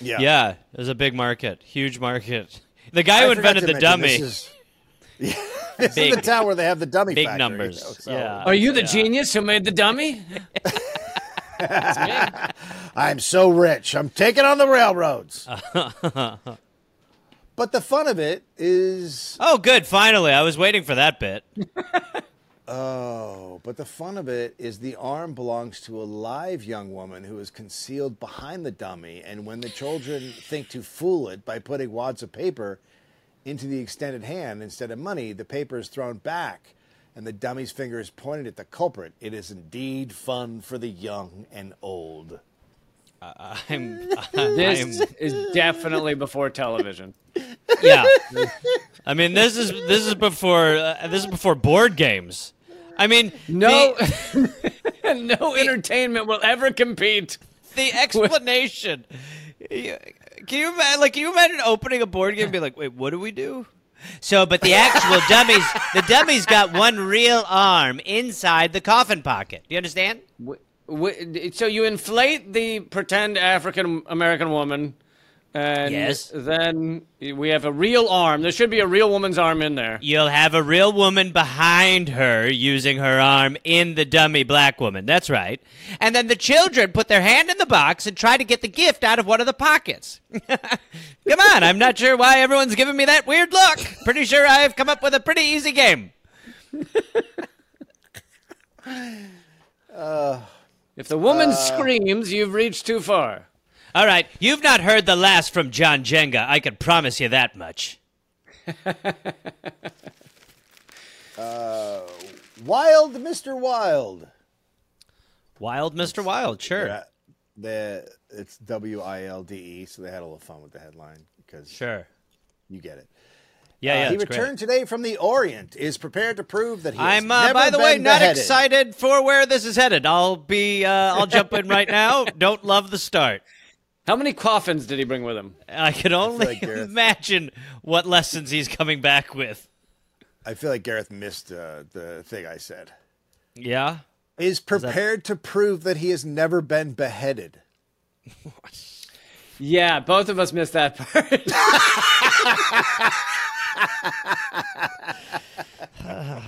Speaker 4: yeah,
Speaker 2: yeah, it was a big market, huge market. The guy who
Speaker 4: I forgot
Speaker 2: invented the
Speaker 4: to mention,
Speaker 2: dummy,
Speaker 4: This is, Yeah, this
Speaker 2: Big-
Speaker 4: is the town where they have the dummy
Speaker 2: big
Speaker 4: factory,
Speaker 2: numbers.
Speaker 4: you know, so-
Speaker 2: Yeah.
Speaker 3: Are you the
Speaker 2: Yeah.
Speaker 3: genius who made the dummy?
Speaker 4: I'm so rich. I'm taking on the railroads. but the fun of it is
Speaker 2: Oh, good. Finally, I was waiting for that bit.
Speaker 4: oh, but the fun of it is the arm belongs to a live young woman who is concealed behind the dummy, and when the children think to fool it by putting wads of paper into the extended hand instead of money, the paper is thrown back. And the dummy's finger is pointed at the culprit. It is indeed fun for the young and old.
Speaker 2: I'm, uh,
Speaker 3: This is definitely before television.
Speaker 2: yeah. I mean, this is this is before uh, this is before board games. I mean,
Speaker 3: No,
Speaker 2: the,
Speaker 3: no entertainment will ever compete.
Speaker 2: the explanation. Can you imagine? Like, can you imagine opening a board game and be like, "Wait, what do we do?" So, but the actual dummies, the dummies got one real arm inside the coffin pocket. Do you understand?
Speaker 3: W- w- So you inflate the pretend African American woman, and
Speaker 2: Yes.
Speaker 3: then we have a real arm. There should be a real woman's arm in there.
Speaker 2: You'll have a real woman behind her using her arm in the dummy black woman. That's right. And then the children put their hand in the box and try to get the gift out of one of the pockets. come on, I'm not sure why everyone's giving me that weird look. Pretty sure I've come up with a pretty easy game.
Speaker 3: If the
Speaker 2: uh,
Speaker 3: woman screams, you've reached too far.
Speaker 2: All right, you've not heard the last from John Jenga. I can promise you that much.
Speaker 4: Wild Mr. Wild.
Speaker 2: Wild Mr. Wild, sure.
Speaker 4: Yeah, the it's W I L D E, so they had a little fun with the headline because
Speaker 2: Sure.
Speaker 4: you get it.
Speaker 2: Yeah, yeah.
Speaker 4: Uh, he
Speaker 2: it's great.
Speaker 4: returned today from the Orient, is prepared to prove that he. has
Speaker 2: I'm, uh,
Speaker 4: never
Speaker 2: by the
Speaker 4: been
Speaker 2: way, not
Speaker 4: beheaded.
Speaker 2: excited for where this is headed. I'll be, uh, I'll jump in right now. Don't love the start.
Speaker 3: How many coffins did he bring with him?
Speaker 2: I can only
Speaker 4: like you're-
Speaker 2: imagine what lessons he's coming back with.
Speaker 4: I feel like Gareth missed uh, the thing I said.
Speaker 2: Yeah.
Speaker 4: Is prepared to prove that he has never been beheaded.
Speaker 3: Yeah, both of us missed that part.
Speaker 2: I,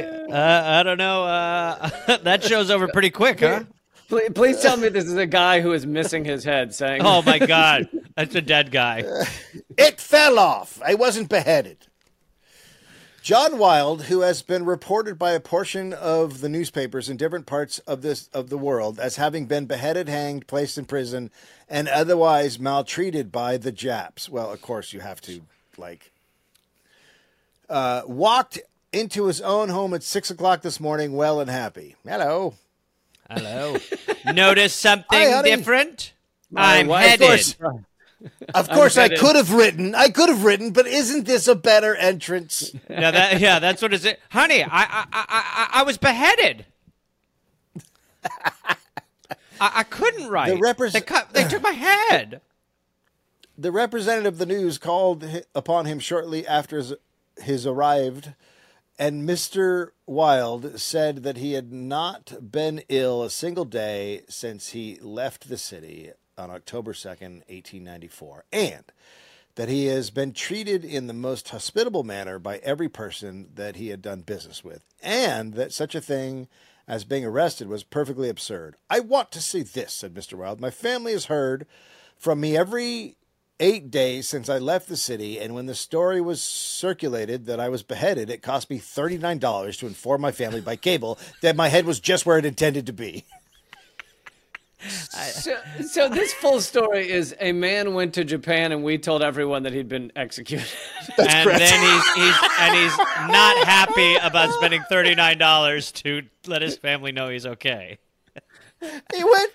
Speaker 2: uh, I don't know. Uh, that show's over pretty quick, huh?
Speaker 3: please, please tell me this is a guy who is missing his head saying,
Speaker 2: Oh my God, that's a dead guy.
Speaker 4: It fell off. I wasn't beheaded. John Wilde, who has been reported by a portion of the newspapers in different parts of this of the world as having been beheaded, hanged, placed in prison, and otherwise maltreated by the Japs. Well, of course you have to like uh, walked into his own home at six o'clock this morning, well and happy. Hello.
Speaker 2: Hello. Notice something
Speaker 4: honey.
Speaker 2: different?
Speaker 3: My
Speaker 2: I'm
Speaker 3: wife- Of
Speaker 2: headed.
Speaker 4: course. Of course, I
Speaker 3: headed-
Speaker 4: could have written. I could have written, but isn't this a better entrance?
Speaker 2: Yeah, that, yeah, that's what is it. Honey, I, I, I, I, I was beheaded. I, I couldn't write.
Speaker 4: repres-
Speaker 2: they, cut, they took my head.
Speaker 4: The representative of the news called hi- upon him shortly after his, his arrived, and Mr. Wilde said that he had not been ill a single day since he left the city on October 2nd, 1894, and that he has been treated in the most hospitable manner by every person that he had done business with, and that such a thing as being arrested was perfectly absurd. I want to see this, said Mr. Wilde. My family has heard from me every eight days since I left the city, and when the story was circulated that I was beheaded, it cost me $39 to inform my family by cable that my head was just where it intended to be.
Speaker 3: So, so this full story is a man went to Japan and we told everyone that he'd been executed.
Speaker 2: and then he's, he's and he's not happy about spending thirty nine dollars to let his family know he's okay.
Speaker 4: He went.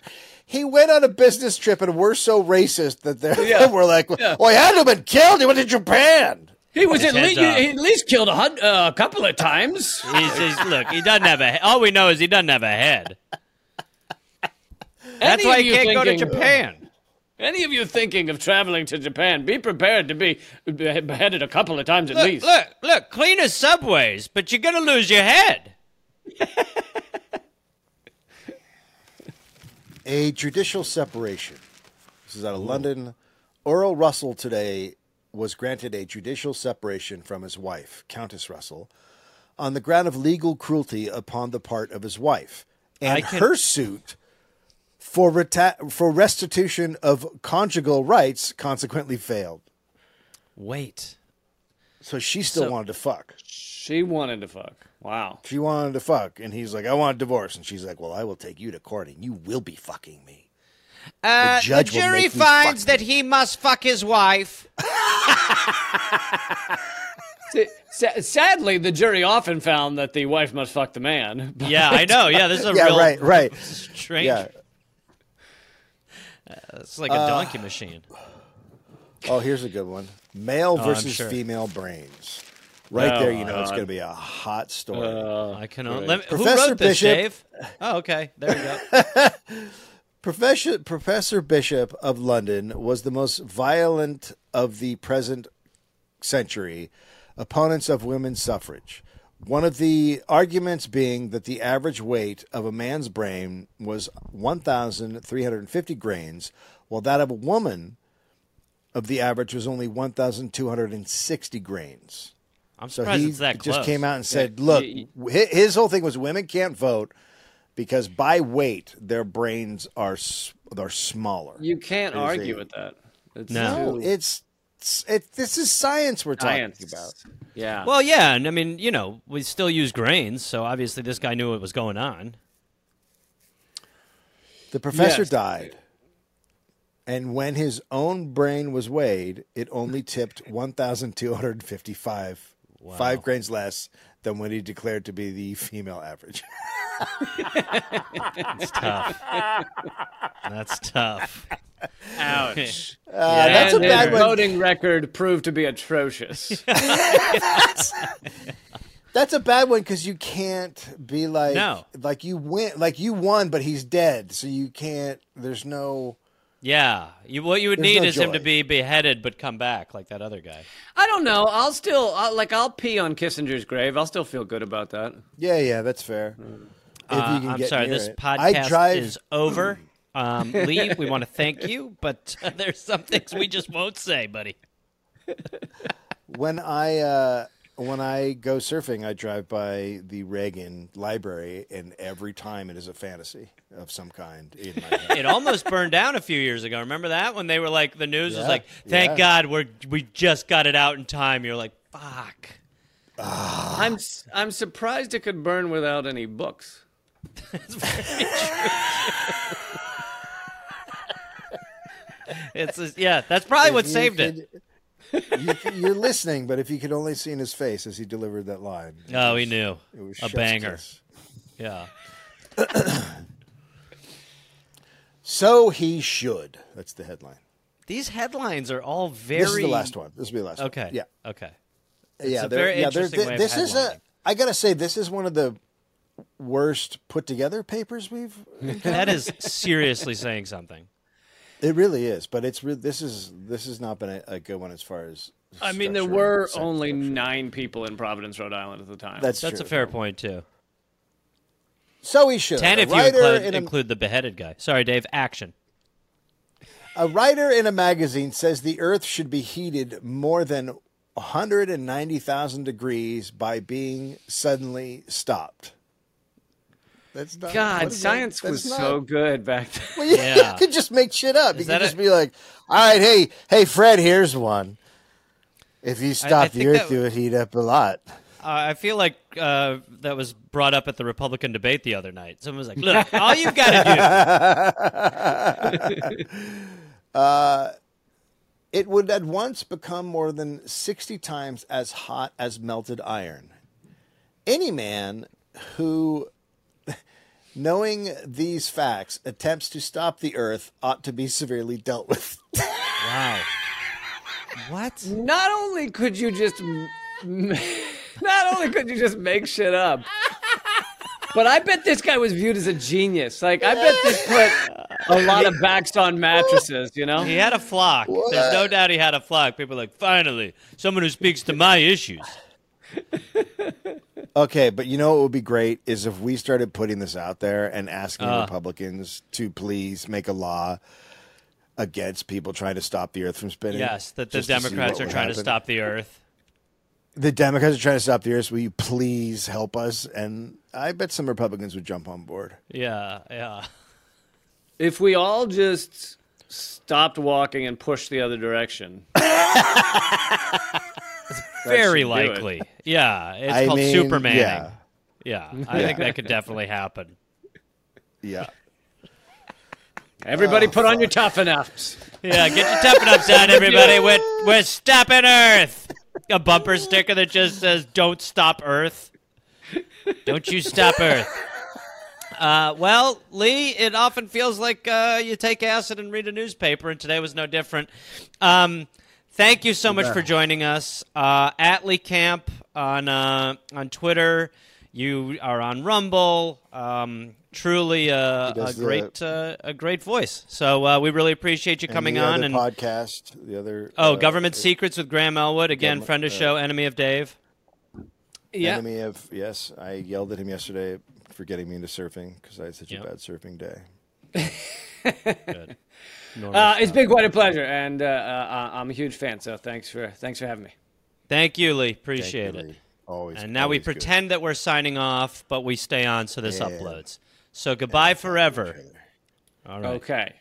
Speaker 4: He went on a business trip, and we're so racist that they're,
Speaker 3: Yeah.
Speaker 4: we're like, "Well, he hadn't been killed. He went to Japan."
Speaker 3: He was at
Speaker 2: head's
Speaker 3: least
Speaker 2: off.
Speaker 3: he at least killed a, hun- uh, a couple of times.
Speaker 2: He's, he's look, he doesn't have a. he- All we know is he doesn't have a head. That's
Speaker 3: Any
Speaker 2: why
Speaker 3: of
Speaker 2: he
Speaker 3: you
Speaker 2: can't go to
Speaker 3: thinking- uh,
Speaker 2: Japan.
Speaker 3: Any of you thinking of traveling to Japan, be prepared to be be- beheaded a couple of times at
Speaker 2: Look,
Speaker 3: least.
Speaker 2: look, look, clean as subways, but you're gonna lose your head.
Speaker 4: A judicial separation. This is out of London. Earl Russell today was granted a judicial separation from his wife, Countess Russell, on the ground of legal cruelty upon the part of his wife and
Speaker 2: can-
Speaker 4: her suit for reta- for restitution of conjugal rights consequently failed.
Speaker 2: Wait,
Speaker 4: So she still wanted to fuck.
Speaker 3: She wanted to fuck. Wow.
Speaker 4: She wanted to fuck, and he's like, "I want a divorce," and she's like, "Well, I will take you to court, and you will be fucking me."
Speaker 2: Uh,
Speaker 4: judge will
Speaker 2: jury
Speaker 4: make me
Speaker 2: finds
Speaker 4: fuck
Speaker 2: that he must fuck his wife.
Speaker 3: Sa- sa- Sadly, the jury often found that the wife must fuck the man.
Speaker 2: Yeah, I know. Yeah, this is a
Speaker 4: Yeah,
Speaker 2: real
Speaker 4: right, right.
Speaker 2: strange.
Speaker 4: Yeah. Uh,
Speaker 2: It's like a donkey machine.
Speaker 4: Oh, here's a good one: male versus
Speaker 2: sure.
Speaker 4: female brains. Right
Speaker 3: Oh,
Speaker 4: there, you know
Speaker 3: God.
Speaker 4: it's going to be a hot story.
Speaker 2: I can only. Let me, who
Speaker 4: uh, Professor
Speaker 2: wrote this,
Speaker 4: Bishop-
Speaker 2: Dave? Oh, okay. There you go.
Speaker 4: Professor Professor Bishop of London was the most violent of the present century opponents of women's suffrage. One of the arguments being that the average weight of a man's brain was 1,350 grains, while that of a woman of the average was only 1,260 grains.
Speaker 2: I'm
Speaker 4: So
Speaker 2: surprised
Speaker 4: he
Speaker 2: it's that close.
Speaker 4: just came out and said, "Look, hi- his whole thing was women can't vote because by weight their brains are s- are smaller."
Speaker 3: You can't
Speaker 4: is
Speaker 3: argue
Speaker 4: a-
Speaker 3: with that. It's
Speaker 2: No.
Speaker 3: too-
Speaker 4: It's, it's it. This is science we're talking
Speaker 3: science.
Speaker 4: about.
Speaker 3: Yeah.
Speaker 2: Well, yeah, and I mean, you know, we still use grains, so obviously this guy knew what was going on.
Speaker 4: The professor
Speaker 3: Yes.
Speaker 4: died, and when his own brain was weighed, it only tipped one thousand two hundred fifty-five, five grains less than what he declared to be the female average.
Speaker 2: That's tough.
Speaker 3: ouch.
Speaker 4: Uh, that's a
Speaker 3: and
Speaker 4: bad
Speaker 3: his
Speaker 4: one.
Speaker 3: voting record proved to be atrocious.
Speaker 4: That's a bad one because you can't be like
Speaker 2: No.
Speaker 4: like you win like you won, but he's dead, so you can't. There's no
Speaker 2: Yeah, you, what you would
Speaker 4: There's
Speaker 2: need
Speaker 4: no
Speaker 2: is him to
Speaker 4: joy.
Speaker 2: be beheaded but come back like that other guy.
Speaker 3: I don't know. I'll still i like I'll pee on Kissinger's grave. I'll still feel good about that.
Speaker 4: yeah, yeah. That's fair. If
Speaker 2: Uh, I'm sorry,
Speaker 4: near
Speaker 2: this
Speaker 4: it.
Speaker 2: podcast is over. Um, leave. We want to thank you, but there's some things we just won't say, buddy.
Speaker 4: when I uh, when I go surfing, I drive by the Reagan Library, and every time it is a fantasy of some kind in my head.
Speaker 2: It almost burned down a few years ago. Remember that when they were like, the news was
Speaker 4: Yeah,
Speaker 2: like, "Thank
Speaker 4: yeah.
Speaker 2: God we're we just got it out in time." You're like, "Fuck."
Speaker 3: I'm s- I'm surprised it could burn without any books.
Speaker 2: It's just- yeah, that's probably what
Speaker 4: If you
Speaker 2: saved it.
Speaker 4: could- you, you're listening, but if you could only see in his face as he delivered that line,
Speaker 2: Oh, he knew.
Speaker 4: it was
Speaker 2: A
Speaker 4: chef's
Speaker 2: banger.
Speaker 4: kiss.
Speaker 2: Yeah.
Speaker 4: So he should. That's the headline.
Speaker 2: These headlines are all very.
Speaker 4: This is the last one. This will be the last one.
Speaker 2: Okay.
Speaker 4: Yeah.
Speaker 2: Okay.
Speaker 4: yeah,
Speaker 2: a
Speaker 4: they're-
Speaker 2: very
Speaker 4: yeah, they're-
Speaker 2: interesting way of
Speaker 4: this is
Speaker 2: headlining.
Speaker 4: a. I gotta say, this is one of the worst put together papers we've.
Speaker 2: That is seriously saying something.
Speaker 4: It really is, but it's re- this is this has not been a, a good one as far as.
Speaker 3: I mean, there
Speaker 4: structure
Speaker 3: were
Speaker 4: and sentence
Speaker 3: only
Speaker 4: structure.
Speaker 3: nine people in Providence, Rhode Island at the time.
Speaker 4: That's
Speaker 2: That's
Speaker 4: true.
Speaker 2: a fair point too.
Speaker 4: So he should.
Speaker 2: Ten
Speaker 4: a
Speaker 2: if you
Speaker 4: writer
Speaker 2: include,
Speaker 4: in a-
Speaker 2: include the beheaded guy. Sorry, Dave. Action.
Speaker 4: A writer in a magazine says the Earth should be heated more than 190,000 degrees by being suddenly stopped. That's not what
Speaker 3: God,
Speaker 4: is
Speaker 3: science
Speaker 4: that?
Speaker 3: was
Speaker 4: That's
Speaker 3: so
Speaker 4: not-
Speaker 3: good back then.
Speaker 4: Well, yeah,
Speaker 2: Yeah.
Speaker 4: you could just make shit up. you
Speaker 2: that
Speaker 4: could just
Speaker 2: a-
Speaker 4: be like, "All right, hey, hey, Fred, here's one. If you stop the
Speaker 2: think
Speaker 4: Earth,
Speaker 2: that-
Speaker 4: it would heat up a lot."
Speaker 2: Uh, I feel like uh, that was brought up at the Republican debate the other night. Someone was like, "Look, all you've got to
Speaker 4: It would at once become more than 60 times as hot as melted iron. Any man who, knowing these facts, attempts to stop the earth ought to be severely dealt with.
Speaker 2: do." wow. What?
Speaker 3: Not only could you just, m- not only could you just make shit up, but I bet this guy was viewed as a genius. Like I bet this put a lot of backs on mattresses. You know,
Speaker 2: He had a flock. There's no doubt he had a flock. People are like, finally, someone who speaks to my issues.
Speaker 4: okay, but you know what would be great is if we started putting this out there and asking
Speaker 2: Uh.
Speaker 4: Republicans to please make a law against people trying to stop the earth from spinning.
Speaker 2: Yes, that the
Speaker 4: just to see
Speaker 2: Democrats
Speaker 4: what
Speaker 2: are
Speaker 4: would
Speaker 2: trying to
Speaker 4: happen.
Speaker 2: stop the Earth.
Speaker 4: the Democrats are trying to stop the earth. Will you please help us? And I bet some Republicans would jump on board.
Speaker 2: Yeah, yeah.
Speaker 3: if we all just stopped walking and pushed the other direction,
Speaker 2: Very
Speaker 3: should do it.
Speaker 2: likely. Yeah, it's
Speaker 4: I
Speaker 2: called
Speaker 4: mean,
Speaker 2: Supermaning.
Speaker 4: Yeah,
Speaker 2: Yeah, I think that could definitely happen.
Speaker 4: yeah. Oh,
Speaker 3: everybody put on your tough enoughs.
Speaker 2: Yeah, get your tough ups on, everybody. We're, we're stopping Earth. A bumper sticker that just says, Don't stop Earth. Don't you stop Earth. Uh, well, Lee, it often feels like uh, you take acid and read a newspaper, and today was no different. Um, thank you so much for joining us uh, at Lee Camp on uh, on Twitter. You are on Rumble. Um, truly, a, a
Speaker 4: does the-
Speaker 2: great uh, a great voice. So uh, we really appreciate you coming
Speaker 4: the
Speaker 2: on
Speaker 4: other
Speaker 2: and
Speaker 4: podcast. The other
Speaker 2: oh,
Speaker 4: uh,
Speaker 2: Government Secrets with Graham Elwood again, friend of show, enemy of Dave.
Speaker 3: Yeah,
Speaker 4: enemy of yes. I yelled at him yesterday for getting me into surfing because I had such
Speaker 2: Yep.
Speaker 4: a bad surfing day.
Speaker 3: uh, it's been quite a pleasure, and uh, uh, I'm a huge fan. So thanks for thanks for having me.
Speaker 2: Thank you, Lee. Appreciate it.
Speaker 4: Really, Always.
Speaker 2: And now we
Speaker 4: always good.
Speaker 2: pretend that we're signing off, but we stay on so this
Speaker 4: Yeah.
Speaker 2: uploads. So goodbye forever.
Speaker 4: Each other.
Speaker 2: All right.
Speaker 3: Okay.